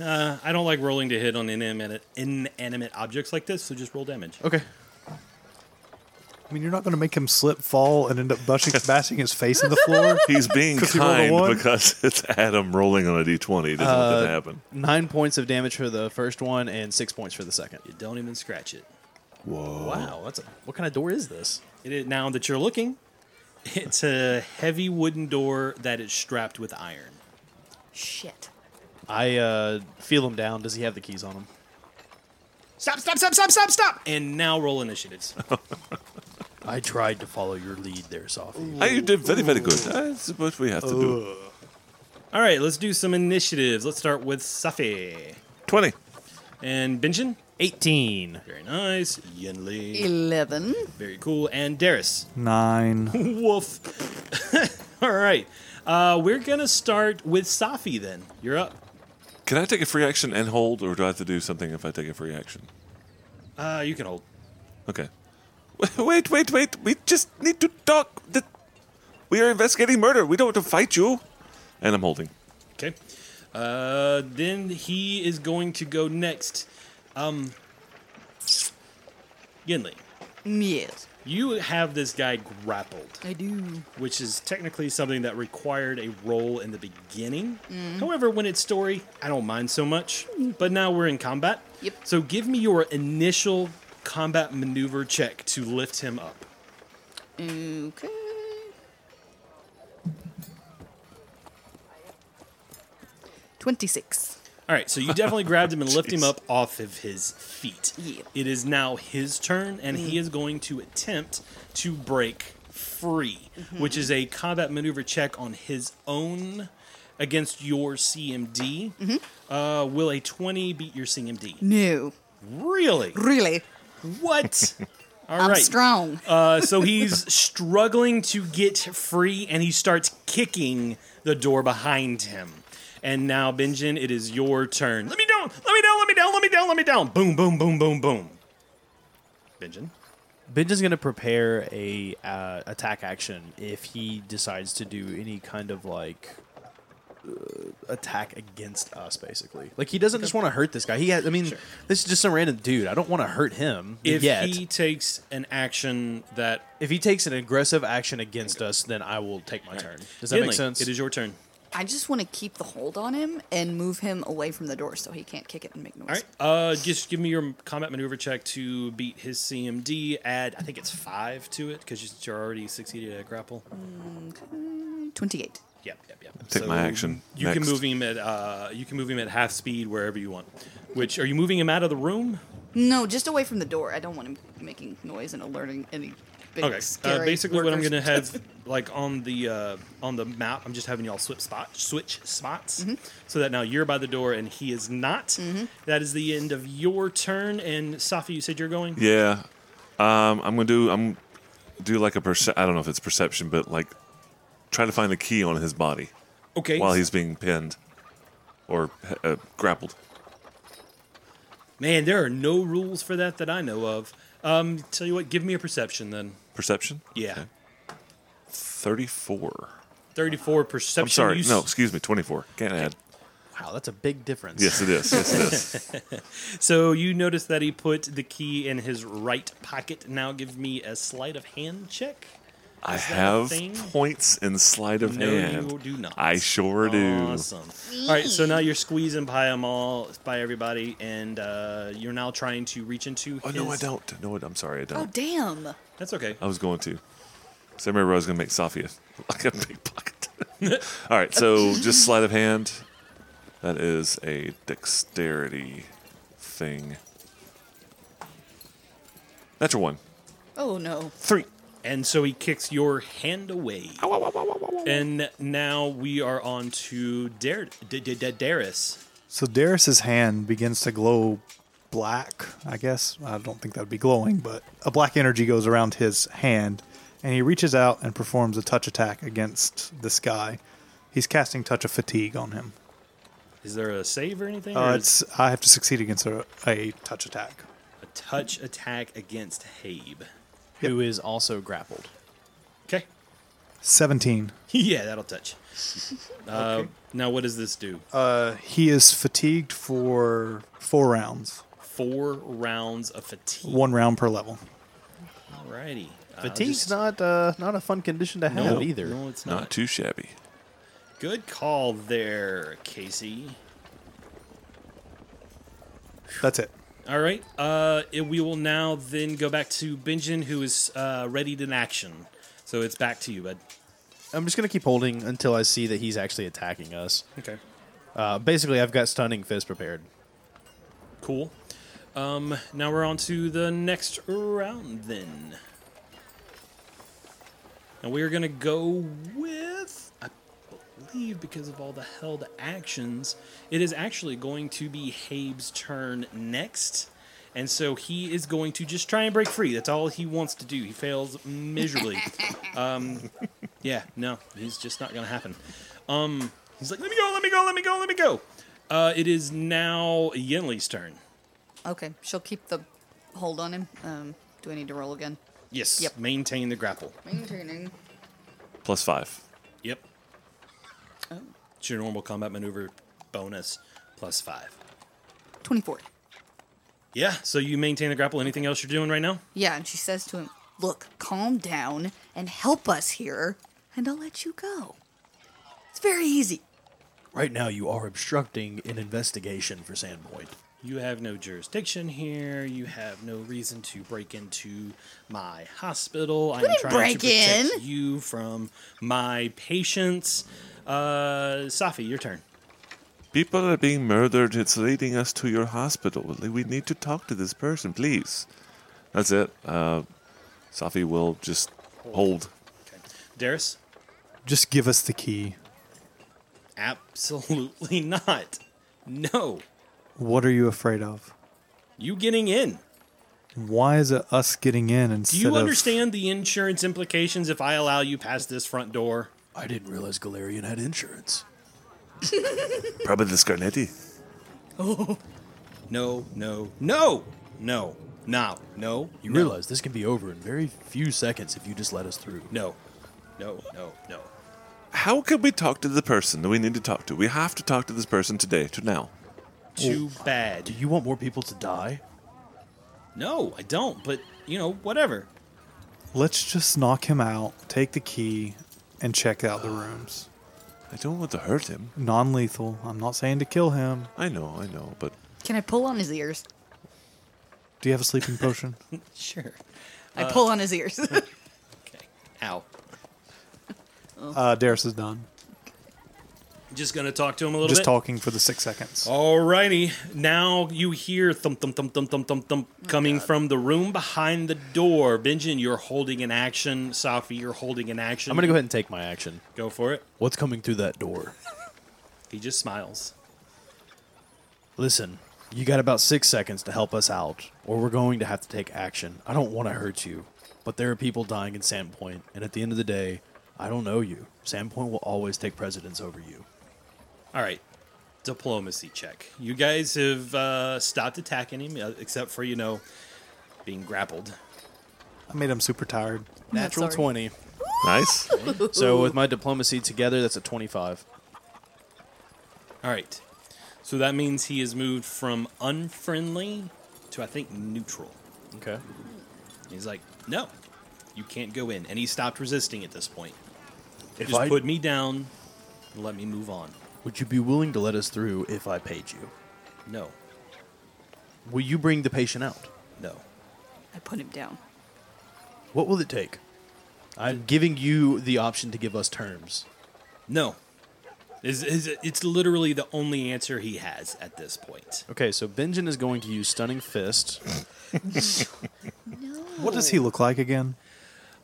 Speaker 6: Uh, I don't like rolling to hit on inanimate, inanimate objects like this, so just roll damage.
Speaker 5: Oh.
Speaker 3: Okay.
Speaker 5: I mean, you're not going to make him slip, fall, and end up bashing, bashing his face in the floor.
Speaker 2: He's being
Speaker 5: 'Cause he rolled a one? Uh,
Speaker 2: kind because it's Adam rolling on a d20. He doesn't want that to happen.
Speaker 3: Nine points of damage for the first one and six points for the second.
Speaker 6: You don't even scratch it.
Speaker 3: Wow, that's a, what kind of door is this?
Speaker 6: It is, now that you're looking, it's a heavy wooden door that is strapped with iron.
Speaker 4: Shit.
Speaker 3: I uh, feel him down. Does he have the keys on him?
Speaker 6: Stop, stop, stop, stop, stop, stop! And now roll initiatives.
Speaker 3: I tried to follow your lead there, Safi.
Speaker 2: Ah, you did very, very good. That's what we have to do.
Speaker 6: All right, let's do some initiatives. Let's start with Safi
Speaker 2: 20.
Speaker 6: and Benjin.
Speaker 3: 18.
Speaker 6: Very nice. Yinli.
Speaker 4: Eleven.
Speaker 6: Very cool. And Darius.
Speaker 5: Nine.
Speaker 6: Woof. All right. Uh, we're going to start with Safi then. You're up.
Speaker 2: Can I take a free action and hold, or do I have to do something if I take a free action?
Speaker 6: Uh, you can hold.
Speaker 2: Okay. Wait, wait, wait. We just need to talk. The- We are investigating murder. We don't have to fight you. And I'm holding.
Speaker 6: Okay. Uh, then he is going to go next. Um, Yinli,
Speaker 4: Yes,
Speaker 6: you have this guy grappled,
Speaker 4: I do.
Speaker 6: which is technically something that required a roll in the beginning. However, when it's story, I don't mind so much. But now we're in combat.
Speaker 4: Yep.
Speaker 6: So give me your initial combat maneuver check to lift him up.
Speaker 4: Okay. Twenty-six.
Speaker 6: All right, so you definitely grabbed him and lift him up off of his feet.
Speaker 4: Yeah.
Speaker 6: It is now his turn, and he is going to attempt to break free, which is a combat maneuver check on his own against your CMD. Uh, will a 20 beat your CMD?
Speaker 4: No,
Speaker 6: Really?
Speaker 4: really,
Speaker 6: What? All
Speaker 4: I'm
Speaker 6: right.
Speaker 4: strong.
Speaker 6: Uh, so he's struggling to get free, and he starts kicking the door behind him. And now, Benjin, it is your turn. Let me down! Let me down! Let me down! Let me down! Let me down! Boom! Boom! Boom! Boom! Boom! Benjin,
Speaker 3: Benjamin's going to prepare a uh, attack action if he decides to do any kind of like uh, attack against us, basically. Like he doesn't just want to hurt this guy. He, has, I mean, this is just some random dude. I don't want to hurt him
Speaker 6: if
Speaker 3: yet.
Speaker 6: he takes an action that
Speaker 3: if he takes an aggressive action against us, then I will take my turn. Does that
Speaker 6: Yinli,
Speaker 3: make sense?
Speaker 6: It is your turn.
Speaker 4: I just want to keep the hold on him and move him away from the door so he can't kick it and make noise.
Speaker 6: All right. Uh, just give me your combat maneuver check to beat his CMD. Add, I think it's five to it because you're already succeeded at grapple.
Speaker 4: Twenty-eight.
Speaker 6: Yep, yep, yep.
Speaker 2: Take my action.
Speaker 6: You can
Speaker 2: Next.
Speaker 6: move him at uh, you can move him at half speed wherever you want. Which are you moving him out of the room?
Speaker 4: No, just away from the door. I don't want him making noise and alerting any big
Speaker 6: Okay. Uh,
Speaker 4: scary
Speaker 6: basically, what I'm
Speaker 4: workers.
Speaker 6: gonna have like on the uh, on the map, I'm just having y'all switch spot switch spots
Speaker 4: Mm-hmm.
Speaker 6: so that now you're by the door and he is not. That is the end of your turn. And Safi, you said you're going.
Speaker 2: Yeah. Um, I'm gonna do. I'm do like a perce- I don't know if it's perception, but like try to find the key on his body
Speaker 6: Okay.
Speaker 2: while he's being pinned or uh, grappled.
Speaker 6: Man, there are no rules for that that I know of. Um, tell you what, give me a perception then.
Speaker 2: Perception.
Speaker 6: Yeah.
Speaker 2: Okay. Thirty-four.
Speaker 6: 34
Speaker 2: I'm
Speaker 6: perception.
Speaker 2: sorry.
Speaker 6: you s-
Speaker 2: No, excuse me. Twenty-four. Can't add.
Speaker 3: wow, that's a big difference.
Speaker 2: Yes, it is. Yes, it is.
Speaker 6: So you notice that he put the key in his right pocket. Now give me a sleight of hand check.
Speaker 2: I
Speaker 6: that a
Speaker 2: have
Speaker 6: thing?
Speaker 2: points in sleight of
Speaker 6: No,
Speaker 2: hand.
Speaker 6: you do not.
Speaker 2: I sure do.
Speaker 6: Awesome. All right, so now you're squeezing by 'em all, by everybody, and uh, you're now trying to reach into.
Speaker 2: Oh
Speaker 6: his...
Speaker 2: no, I don't. No, I- I'm sorry, I
Speaker 4: Oh
Speaker 2: don't.
Speaker 4: damn!
Speaker 6: That's okay.
Speaker 2: I was going to. Samurai Rose gonna make Sophia like a pickpocket. All right, so just sleight of hand. That is a dexterity thing. Natural one.
Speaker 4: Oh no.
Speaker 2: Three.
Speaker 6: And so he kicks your hand away. And now we are on to Dar- D- D- D- Darius.
Speaker 5: So Darius's hand begins to glow black, I guess. I don't think that would be glowing, but a black energy goes around his hand, and he reaches out and performs a touch attack against this guy. He's casting touch of fatigue on him.
Speaker 6: Is there a save or anything?
Speaker 5: Uh,
Speaker 6: or is
Speaker 5: it's I have to succeed against a, a touch attack.
Speaker 6: a touch attack against Habe.
Speaker 3: who is also grappled.
Speaker 6: Okay.
Speaker 5: Seventeen.
Speaker 6: yeah, that'll touch. Uh, Now, what does this do?
Speaker 3: Uh,
Speaker 5: He is fatigued for four rounds,
Speaker 6: Four rounds of fatigue.
Speaker 5: one round per level.
Speaker 6: Alrighty. Uh,
Speaker 3: Fatigue's
Speaker 6: just-
Speaker 3: not uh, not a fun condition to have either.
Speaker 6: No, it's
Speaker 2: Not too shabby.
Speaker 6: Good call there, Casey.
Speaker 5: That's it.
Speaker 6: All right. Uh, it- we will now then go back to Benjamin, who is uh, readied in action. So it's back to you, bud.
Speaker 3: I'm just gonna keep holding until I see that he's actually attacking us.
Speaker 6: Okay.
Speaker 3: Uh, basically, I've got stunning fist prepared.
Speaker 6: Cool. Um, now we're on to the next round then. And we are going to go with, I believe, because of all the held actions, it is actually going to be Habe's turn next. And so he is going to just try and break free. That's all he wants to do. He fails miserably. um, yeah, no, he's just not going to happen. Um, he's like, let me go, let me go, let me go, let me go. Uh, it is now Yenli's turn.
Speaker 4: Okay, she'll keep the hold on him. Um, do I need to roll again?
Speaker 6: Yes.
Speaker 4: Yep.
Speaker 6: Maintain the grapple.
Speaker 4: Maintaining.
Speaker 2: Plus five.
Speaker 6: Yep. Oh. It's your normal combat maneuver bonus plus five.
Speaker 4: Twenty-four.
Speaker 6: Yeah. So you maintain the grapple. Anything else you're doing right now?
Speaker 4: Yeah, and she says to him, "Look, calm down and help us here, and I'll let you go. It's very easy."
Speaker 8: Right now, you are obstructing an investigation for Sandpoint.
Speaker 6: You have no jurisdiction here. You have no reason to break into my hospital. I am
Speaker 4: didn't
Speaker 6: trying
Speaker 4: break
Speaker 6: to protect
Speaker 4: in.
Speaker 6: you from my patients. Uh, Safi, your turn.
Speaker 2: People are being murdered. It's leading us to your hospital. We need to talk to this person, please. That's it. Uh, Safi will just hold.
Speaker 6: Darius?
Speaker 5: Just give us the key.
Speaker 6: Absolutely not. No.
Speaker 5: What are you afraid of?
Speaker 6: You getting in.
Speaker 5: Why is it us getting in
Speaker 6: Do
Speaker 5: instead
Speaker 6: you
Speaker 5: of-
Speaker 6: understand the insurance implications if I allow you past this front door?
Speaker 8: I didn't realize Galarian had insurance.
Speaker 2: Probably the Scarnetti.
Speaker 6: No, no, no, no, no, no,
Speaker 8: You realize this can be over in very few seconds if you just let us through.
Speaker 6: no, no, no, no.
Speaker 2: How can we talk to the person that we need to talk to? We have to talk to this person today, to now.
Speaker 6: Too bad.
Speaker 8: Do you want more people to die?
Speaker 6: No, I don't, but you know, whatever.
Speaker 5: Let's just knock him out, take the key, and check out the rooms.
Speaker 2: I don't want to hurt him.
Speaker 5: Non lethal. I'm not saying to kill him.
Speaker 2: I know, I know, but
Speaker 4: Can I pull on his ears?
Speaker 5: Do you have a sleeping potion?
Speaker 6: Sure.
Speaker 4: I pull on his ears.
Speaker 6: Okay. Ow.
Speaker 5: Uh, Darius is done.
Speaker 6: Just gonna talk to him a little
Speaker 5: Just
Speaker 6: bit. Oh.
Speaker 5: talking for the six seconds.
Speaker 6: Alrighty. Now you hear thump thump thump thump thump thump thump coming from the room behind the door. Benjamin, you're holding an action. Safi, you're holding an action.
Speaker 3: I'm gonna go ahead and take my action.
Speaker 6: Go for it.
Speaker 8: What's coming through that door?
Speaker 6: He just smiles.
Speaker 3: Listen, you got about six seconds to help us out, or we're going to have to take action. I don't want to hurt you, but there are people dying in Sandpoint, and at the end of the day, I don't know you. Sandpoint will always take precedence over you.
Speaker 6: All right, diplomacy check. You guys have uh, stopped attacking him, uh, except for you know being grappled.
Speaker 5: I made him super tired.
Speaker 3: Natural
Speaker 4: sorry.
Speaker 3: 20.
Speaker 2: nice.
Speaker 3: So with my diplomacy together, that's a 25.
Speaker 6: All right, so that means he has moved from unfriendly to I think neutral.
Speaker 3: Okay.
Speaker 6: He's like, no, you can't go in, and he stopped resisting at this point.
Speaker 8: If
Speaker 6: Just
Speaker 8: I
Speaker 6: put me down and let me move on.
Speaker 3: Would you be willing to let us through if I paid you?
Speaker 6: No,
Speaker 3: Will you bring the patient out?
Speaker 6: no,
Speaker 4: I put him down.
Speaker 3: What will it take? I'm giving you the option to give us terms.
Speaker 6: No. Is is it's literally the only answer he has at this point.
Speaker 3: Okay, so Benjin is going to use Stunning Fist.
Speaker 4: No.
Speaker 5: What does he look like again?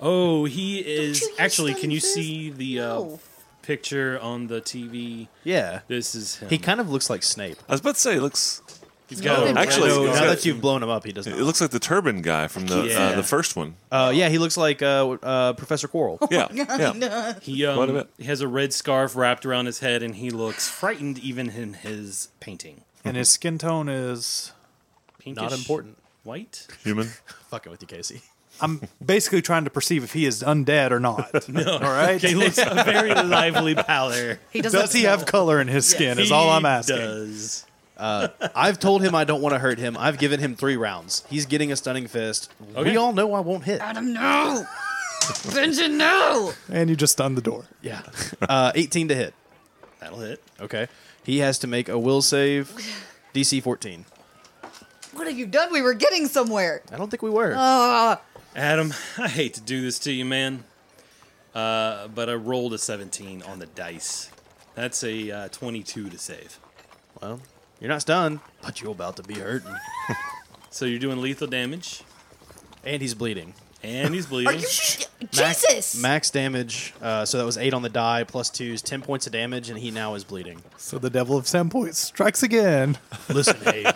Speaker 6: Oh, he is
Speaker 4: you use
Speaker 6: actually.
Speaker 4: them
Speaker 6: Can you
Speaker 4: first?
Speaker 6: see the uh,
Speaker 4: No.
Speaker 6: picture on the TV?
Speaker 3: Yeah.
Speaker 6: This is him.
Speaker 3: He kind of looks like Snape.
Speaker 2: I was about to say, it looks
Speaker 6: He's
Speaker 4: No,
Speaker 6: got
Speaker 4: they-
Speaker 6: a
Speaker 2: Oh, actually
Speaker 3: now
Speaker 2: it's got-
Speaker 3: that you've blown him up, he does
Speaker 2: it
Speaker 3: not.
Speaker 2: looks like the turban guy from the uh,
Speaker 6: Yeah.
Speaker 2: the first one.
Speaker 5: Oh
Speaker 3: Uh, yeah, he looks like uh, uh, Professor Quirrell.
Speaker 2: Yeah, yeah.
Speaker 6: he
Speaker 2: Quite a
Speaker 6: um,
Speaker 2: bit.
Speaker 6: he has a red scarf wrapped around his head, and he looks frightened even in his painting.
Speaker 5: And his skin tone is.
Speaker 6: Pinkish
Speaker 3: Not important.
Speaker 6: White.
Speaker 2: Human.
Speaker 3: Fucking with you, Casey.
Speaker 5: I'm basically trying to perceive if he is undead or not. All right.
Speaker 6: He looks a very lively pallor.
Speaker 4: He doesn't
Speaker 5: Does he have color in his skin? Is
Speaker 6: He
Speaker 5: all I'm asking.
Speaker 6: Does.
Speaker 3: I've told him I don't want to hurt him. I've given him three rounds. He's getting a stunning fist.
Speaker 6: Okay.
Speaker 3: We all know I won't hit.
Speaker 4: Adam, no! Benjamin, no!
Speaker 5: And you just stunned the door.
Speaker 3: Yeah. Uh, 18 to hit.
Speaker 6: That'll hit.
Speaker 3: Okay. He has to make a will save, DC 14.
Speaker 4: What have you done? We were getting somewhere.
Speaker 3: I don't think we were.
Speaker 6: Adam, I hate to do this to you, man, uh, but I rolled a 17 on the dice. That's a uh, 22 to save.
Speaker 3: well, you're not stunned, but you're about to be hurting.
Speaker 6: So you're doing lethal damage,
Speaker 3: And he's bleeding.
Speaker 6: and he's
Speaker 4: Are
Speaker 6: bleeding.
Speaker 4: you sh-
Speaker 3: Max-
Speaker 4: Jesus?
Speaker 3: Max damage. Uh, so that was eight on the die, plus two is 10 points of damage, and he now is bleeding.
Speaker 5: So the devil of Sam Point strikes again.
Speaker 3: Listen, Abe.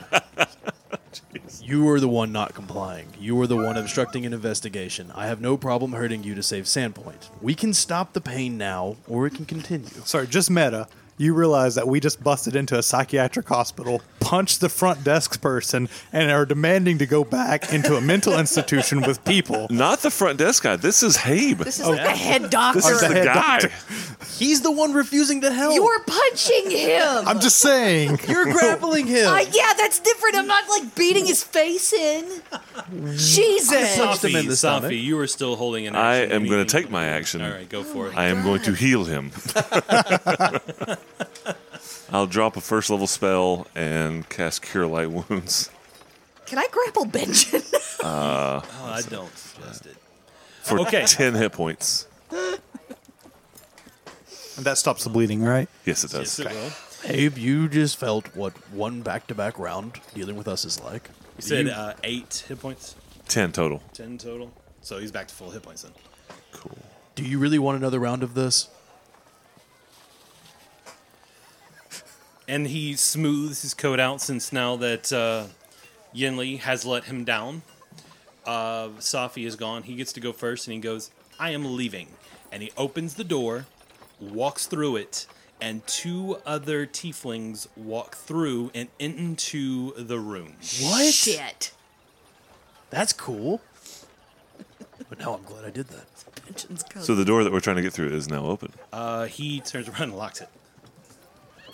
Speaker 3: you were the one not complying. You were the one obstructing an investigation. I have no problem hurting you to save Sandpoint. We can stop the pain now, or it can continue.
Speaker 5: Sorry, just meta. You realize that we just busted into a psychiatric hospital, punched the front desk person, and are demanding to go back into a mental institution with people.
Speaker 2: Not the front desk guy. This is Habe.
Speaker 5: Oh,
Speaker 4: This is like the head doctor.
Speaker 2: This is the
Speaker 5: the head
Speaker 2: guy.
Speaker 3: He's the one refusing to help.
Speaker 4: You're punching him.
Speaker 5: I'm just saying.
Speaker 3: You're grappling him.
Speaker 4: Uh, yeah, that's different. I'm not like beating his face in. Jesus.
Speaker 3: him in the stomach.
Speaker 6: Safi, you are still holding an
Speaker 2: I
Speaker 6: action.
Speaker 2: am going to
Speaker 6: Anything-
Speaker 2: take my action.
Speaker 6: All right, go for it.
Speaker 2: I am going to heal him. I'll drop a first level spell and cast Cure Light Wounds.
Speaker 4: Can I grapple Benjamin?
Speaker 6: Oh, I don't suggest it.
Speaker 2: for
Speaker 6: Okay.
Speaker 2: 10 hit points.
Speaker 5: And that stops the bleeding, right?
Speaker 2: Yes, it does.
Speaker 6: Yes, it will.
Speaker 3: Abe, you just felt what one back to back round dealing with us is like.
Speaker 6: You said uh, eight hit points,
Speaker 2: 10 total.
Speaker 6: ten total. So he's back to full hit points then.
Speaker 2: Cool.
Speaker 3: Do you really want another round of this?
Speaker 6: and he smooths his coat out since now that uh, Yinli has let him down. Uh, Safi is gone. He gets to go first, and he goes, "I am leaving." And he opens the door, walks through it, and two other tieflings walk through and into the room.
Speaker 3: What?
Speaker 4: Shit.
Speaker 3: That's cool. But now I'm glad I did that.
Speaker 4: Benjamin's coming.
Speaker 2: So the door that we're trying to get through is now open.
Speaker 6: Uh, he turns around and locks it.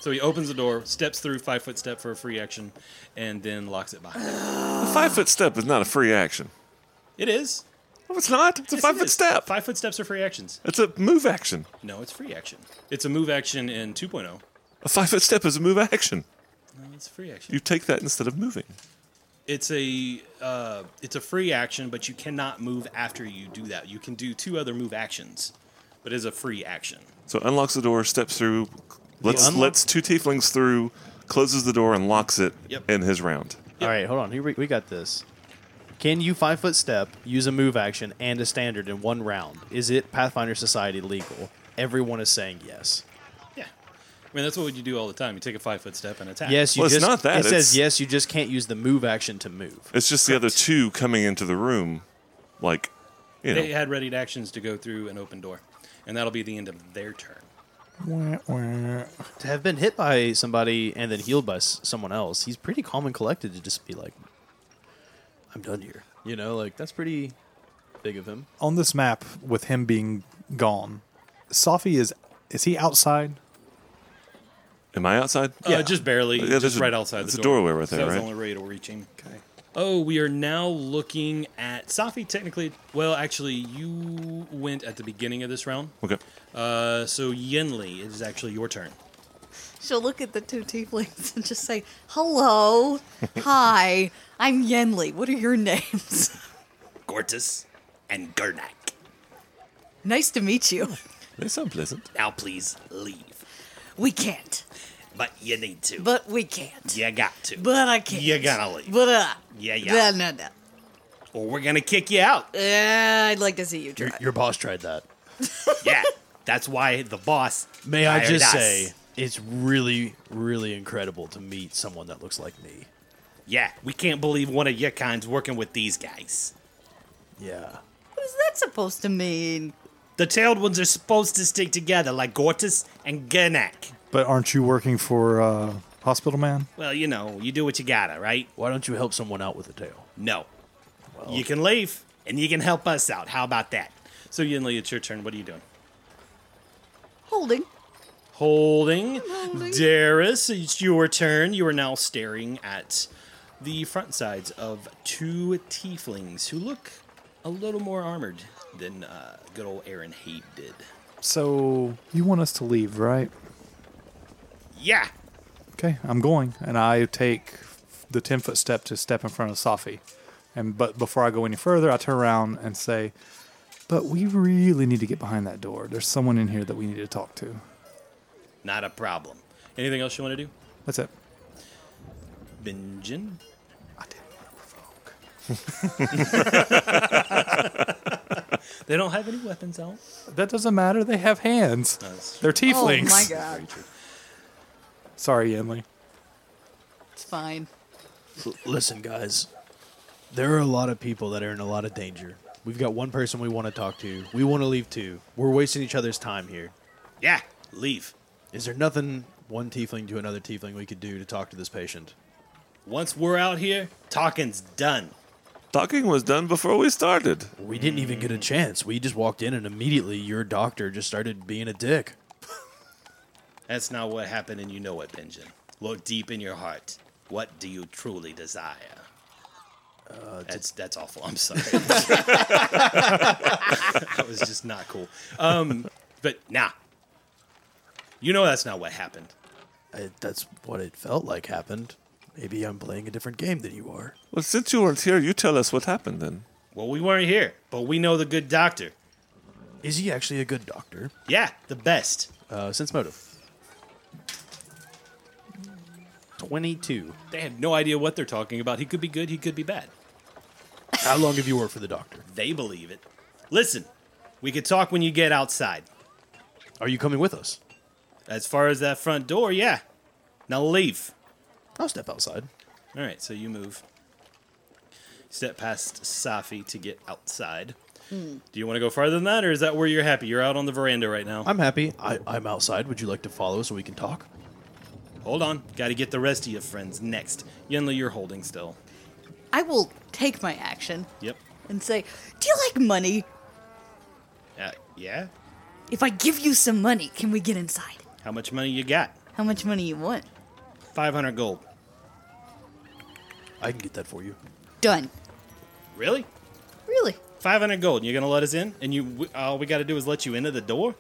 Speaker 6: So he opens the door, steps through five foot step for a free action, and then locks it behind. him.
Speaker 2: A five foot step is not a free action.
Speaker 6: It is
Speaker 2: No, it's not. It's a
Speaker 6: Yes, it
Speaker 2: five foot
Speaker 6: is.
Speaker 2: step.
Speaker 6: Five foot steps are free actions.
Speaker 2: It's a move action.
Speaker 6: No, it's free action. It's a move action in 2.0. No,
Speaker 2: A five foot step is a move action.
Speaker 6: it's a free action.
Speaker 2: You take that instead of moving.
Speaker 6: It's a uh, it's a free action, but you cannot move after you do that. You can do two other move actions, but it's a free action.
Speaker 2: So unlocks the door, steps through, lets,
Speaker 3: unlock-
Speaker 2: lets two tieflings through, closes the door, and locks it
Speaker 6: Yep.
Speaker 2: in his round.
Speaker 3: All right, hold on. Here we, we got this. Can you five foot step, use a move action, and a standard in one round? Is it Pathfinder Society legal? Everyone is saying yes.
Speaker 6: Yeah, I mean that's what you do all the time. You take a five foot step and attack.
Speaker 3: Yes, you
Speaker 2: Well, it's
Speaker 3: just
Speaker 2: not that,
Speaker 3: it
Speaker 2: it's-
Speaker 3: says yes. You just can't use the move action to move.
Speaker 2: It's just the other two coming into the room, like, you know.
Speaker 6: they had readied actions to go through an open door, and that'll be the end of their turn.
Speaker 5: Wah, wah.
Speaker 3: To have been hit by somebody and then healed by s- someone else, he's pretty calm and collected to just be like, "I'm done here." You know, like that's pretty big of him.
Speaker 5: On this map, with him being gone, Safi is. Is he outside?
Speaker 2: Am I outside?
Speaker 6: uh, just barely,
Speaker 2: Yeah, there's
Speaker 6: just
Speaker 2: a-
Speaker 6: right outside.
Speaker 2: there's
Speaker 6: the
Speaker 2: a
Speaker 6: door.
Speaker 2: doorway right
Speaker 6: So
Speaker 2: there,
Speaker 6: That was
Speaker 2: right?
Speaker 6: the only radial reaching. Okay. Oh, we are now looking at Safi. Technically, well, actually, you went at the beginning of this round.
Speaker 2: Okay.
Speaker 6: Uh, so Yenli, it is actually your turn.
Speaker 4: She'll look at the two tieflings and just say, Hello. Hi. I'm Yenli. What are your names?
Speaker 6: Gortus and Gernak.
Speaker 4: Nice to meet you.
Speaker 2: They sound pleasant.
Speaker 6: Now please leave.
Speaker 4: We can't.
Speaker 6: But you need to.
Speaker 4: But we can't.
Speaker 6: you got to.
Speaker 4: But I can't.
Speaker 6: You gotta leave.
Speaker 4: But uh.
Speaker 6: Yeah, yeah.
Speaker 4: No, no, no.
Speaker 6: or we're gonna kick you out.
Speaker 4: Uh, I'd like to see you try.
Speaker 8: Your boss tried that.
Speaker 6: yeah. That's why the boss.
Speaker 8: May I
Speaker 6: hired
Speaker 8: just
Speaker 6: us.
Speaker 8: say, it's really, really incredible to meet someone that looks like me.
Speaker 6: Yeah, we can't believe one of your kind's working with these guys.
Speaker 8: Yeah.
Speaker 4: What is that supposed to mean?
Speaker 6: The tailed ones are supposed to stick together like Gortus and Ganak.
Speaker 5: But aren't you working for uh, Hospital Man?
Speaker 6: Well, you know, you do what you gotta, right?
Speaker 8: Why don't you help someone out with a tail?
Speaker 6: No. you can leave and you can help us out. How about that? So, Yinli, it's your turn. What are you doing?
Speaker 4: Holding.
Speaker 6: Holding. Darius, it's your turn. You are now staring at the front sides of two tieflings who look a little more armored than uh, good old Aaron Hade did.
Speaker 5: So you want us to leave, right?
Speaker 6: Yeah.
Speaker 5: Okay, I'm going, and I take the ten foot step to step in front of Safi, and but before I go any further, I turn around and say, "But we really need to get behind that door. There's someone in here that we need to talk to."
Speaker 6: Not a problem. Anything else you want to do?
Speaker 5: That's it.
Speaker 6: Benjin?
Speaker 5: I didn't want to provoke.
Speaker 6: They don't have any weapons out.
Speaker 5: That doesn't matter. They have hands. They're tieflings.
Speaker 4: Oh my god.
Speaker 5: Sorry, Emily.
Speaker 4: It's fine.
Speaker 8: Listen, guys, there are a lot of people that are in a lot of danger. We've got one person we want to talk to. We want to leave too. We're wasting each other's time here.
Speaker 6: Yeah, leave.
Speaker 8: Is there nothing one tiefling to another tiefling we could do to talk to this patient?
Speaker 6: Once we're out here, talking's done.
Speaker 2: Talking was done before we started.
Speaker 8: We didn't even get a chance. We just walked in and immediately your doctor just started being a dick.
Speaker 6: That's not what happened, and you know it, Benjin. Look deep in your heart. What do you truly desire? that's that's awful. I'm sorry. that was just not cool. Um, but nah, you know that's not what happened.
Speaker 8: I, that's what it felt like happened. Maybe I'm playing a different game than you are.
Speaker 2: Well, since you weren't here, you tell us what happened then.
Speaker 6: Well, we weren't here, but we know the good doctor.
Speaker 8: Is he actually a good doctor?
Speaker 6: Yeah, the best.
Speaker 8: Uh, sense motive. 22.
Speaker 6: They have no idea what they're talking about. He could be good. He could be bad.
Speaker 8: How long have you worked for the doctor?
Speaker 6: They believe it. Listen, we could talk when you get outside.
Speaker 8: Are you coming with us?
Speaker 6: As far as that front door, yeah. Now leave.
Speaker 8: I'll step outside.
Speaker 6: All right, so you move. Step past Safi to get outside. Do you want to go farther than that, or is that where you're happy? You're out on the veranda right now.
Speaker 8: I'm happy. I, I'm outside. Would you like to follow so we can talk?
Speaker 6: Hold on. Got to get the rest of your friends next. Yenli, you're holding still.
Speaker 4: I will take my action
Speaker 6: Yep.
Speaker 4: and say, Do you like money?
Speaker 6: Uh, yeah?
Speaker 4: If I give you some money, can we get inside?
Speaker 6: How much money you got?
Speaker 4: How much money you want?
Speaker 6: 500 gold.
Speaker 8: I can get that for you.
Speaker 4: Done.
Speaker 6: Really?
Speaker 4: Really?
Speaker 6: 500 gold. You're going to let us in? And you, we- all we got to do is let you into the door?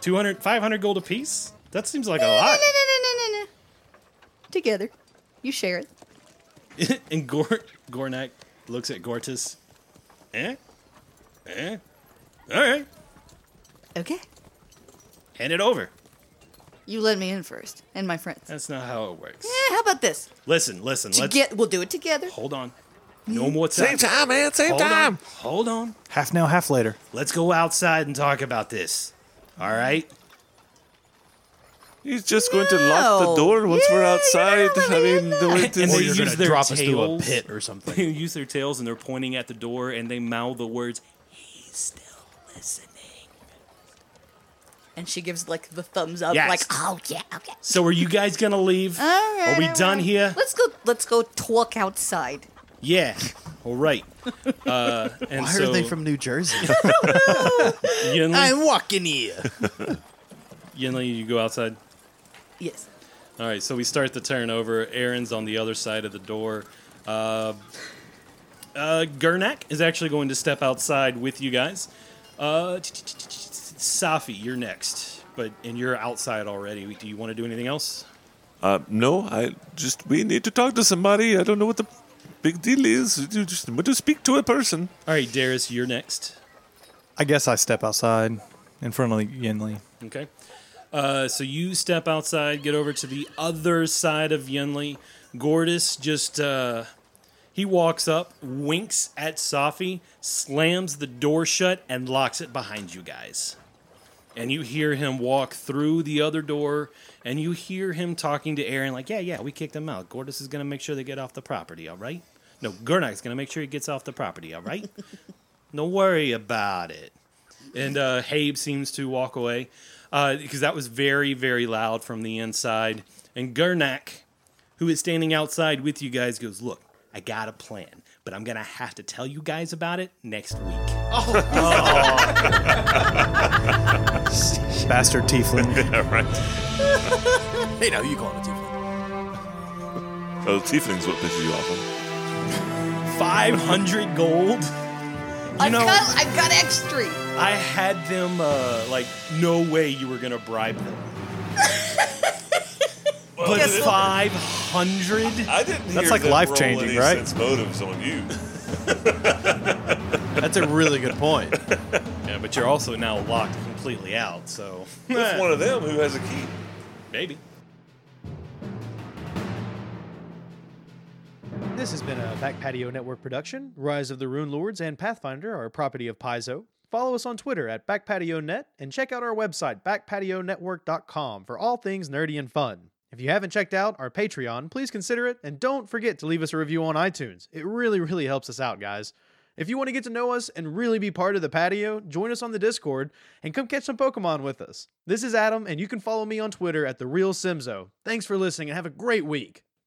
Speaker 6: 200, 500 gold apiece? That seems like a
Speaker 4: No, no,
Speaker 6: lot.
Speaker 4: no, no, no, no, no. Together. You share it.
Speaker 6: and Gor- Gornak looks at Gortus. Eh? Eh? All right.
Speaker 4: Okay.
Speaker 6: Hand it over.
Speaker 4: You let me in first, and my friends.
Speaker 6: That's not how it works.
Speaker 4: Eh, how about this?
Speaker 6: Listen, listen.
Speaker 4: To
Speaker 6: let's
Speaker 4: get, we'll do it together.
Speaker 6: hold on. No more
Speaker 2: Same
Speaker 6: time.
Speaker 2: time, man. Same
Speaker 6: Hold
Speaker 2: time.
Speaker 6: on. Hold on.
Speaker 5: Half now, half later.
Speaker 6: Let's go outside and talk about this. All right.
Speaker 2: He's just going to lock the
Speaker 4: No.
Speaker 2: door once we're
Speaker 4: Yeah, you're
Speaker 2: outside.
Speaker 4: not
Speaker 2: I
Speaker 4: letting
Speaker 2: mean, the way
Speaker 6: And
Speaker 2: this
Speaker 6: they
Speaker 8: You're
Speaker 2: is.
Speaker 6: use-
Speaker 8: going to
Speaker 6: their
Speaker 8: drop us into a
Speaker 6: tails.
Speaker 8: pit or
Speaker 6: They
Speaker 8: something.
Speaker 6: use their tails and they're pointing at the door and they mouth the words.
Speaker 4: And she gives like the thumbs up,
Speaker 6: Yes.
Speaker 4: like, oh yeah, okay.
Speaker 6: So are you guys gonna leave?
Speaker 8: Uh.
Speaker 4: All right,
Speaker 6: are we
Speaker 4: all
Speaker 6: done
Speaker 4: right.
Speaker 6: here?
Speaker 4: Let's go. Let's go talk outside.
Speaker 6: Yeah. All right. Uh, and
Speaker 8: Why
Speaker 6: so
Speaker 8: are they from New Jersey?
Speaker 6: Yinli,
Speaker 8: walking here.
Speaker 6: Yinli, you go outside.
Speaker 4: Yes.
Speaker 6: All right, so we start the turn over. Aaron's on the other side of the door. Uh, uh, Gernak is actually going to step outside with you guys. Uh, Safi, you're next, but and you're outside already. Do you want to do anything else?
Speaker 2: Uh, no, I just we need to talk to somebody. I don't know what the big deal is. You just want to speak to a person.
Speaker 6: All right, Darius, you're next.
Speaker 5: I guess I step outside in front of Yinli.
Speaker 6: Okay. Uh, so you step outside, get over to the other side of Yunli. Gordis just uh, he walks up, winks at Safi, slams the door shut, and locks it behind you guys. And you hear him walk through the other door, and you hear him talking to Aaron like, "Yeah, yeah, we kicked them out. Gordis is gonna make sure they get off the property. All right? No, Gurnak's gonna make sure he gets off the property. All right? no worry about it." and uh, Habe seems to walk away uh, because that was very, very loud from the inside. And Gernak, who is standing outside with you guys, goes, "Look, I got a plan, but I'm gonna have to tell you guys about it next week."
Speaker 5: Bastard tiefling.
Speaker 2: Yeah, right.
Speaker 9: Hey, now you calling it tiefling?
Speaker 2: Oh, the tiefling's what pisses you off. huh?
Speaker 6: Five hundred gold.
Speaker 4: I've,
Speaker 6: know-
Speaker 4: got, I've got extra.
Speaker 6: I had them uh, like, no way you were gonna bribe them. But
Speaker 4: Guess what?
Speaker 6: five hundred.
Speaker 2: I didn't.
Speaker 5: That's like life-changing, right?
Speaker 2: Sense motives on you.
Speaker 9: That's a really good point.
Speaker 6: Yeah, but you're also now locked completely out. So
Speaker 2: It's one of them who has a key.
Speaker 6: maybe.
Speaker 3: This has been a Back Patio Network production. Rise of the Rune Lords and Pathfinder are a property of Paizo. Follow us on Twitter at BackpatioNet and check out our website, backpationetwork.com, for all things nerdy and fun. If you haven't checked out our Patreon, please consider it and don't forget to leave us a review on iTunes. It really, really helps us out, guys. If you want to get to know us and really be part of the patio, join us on the Discord and come catch some Pokemon with us. This is Adam, and you can follow me on Twitter at the Real Simzo. Thanks for listening and have a great week.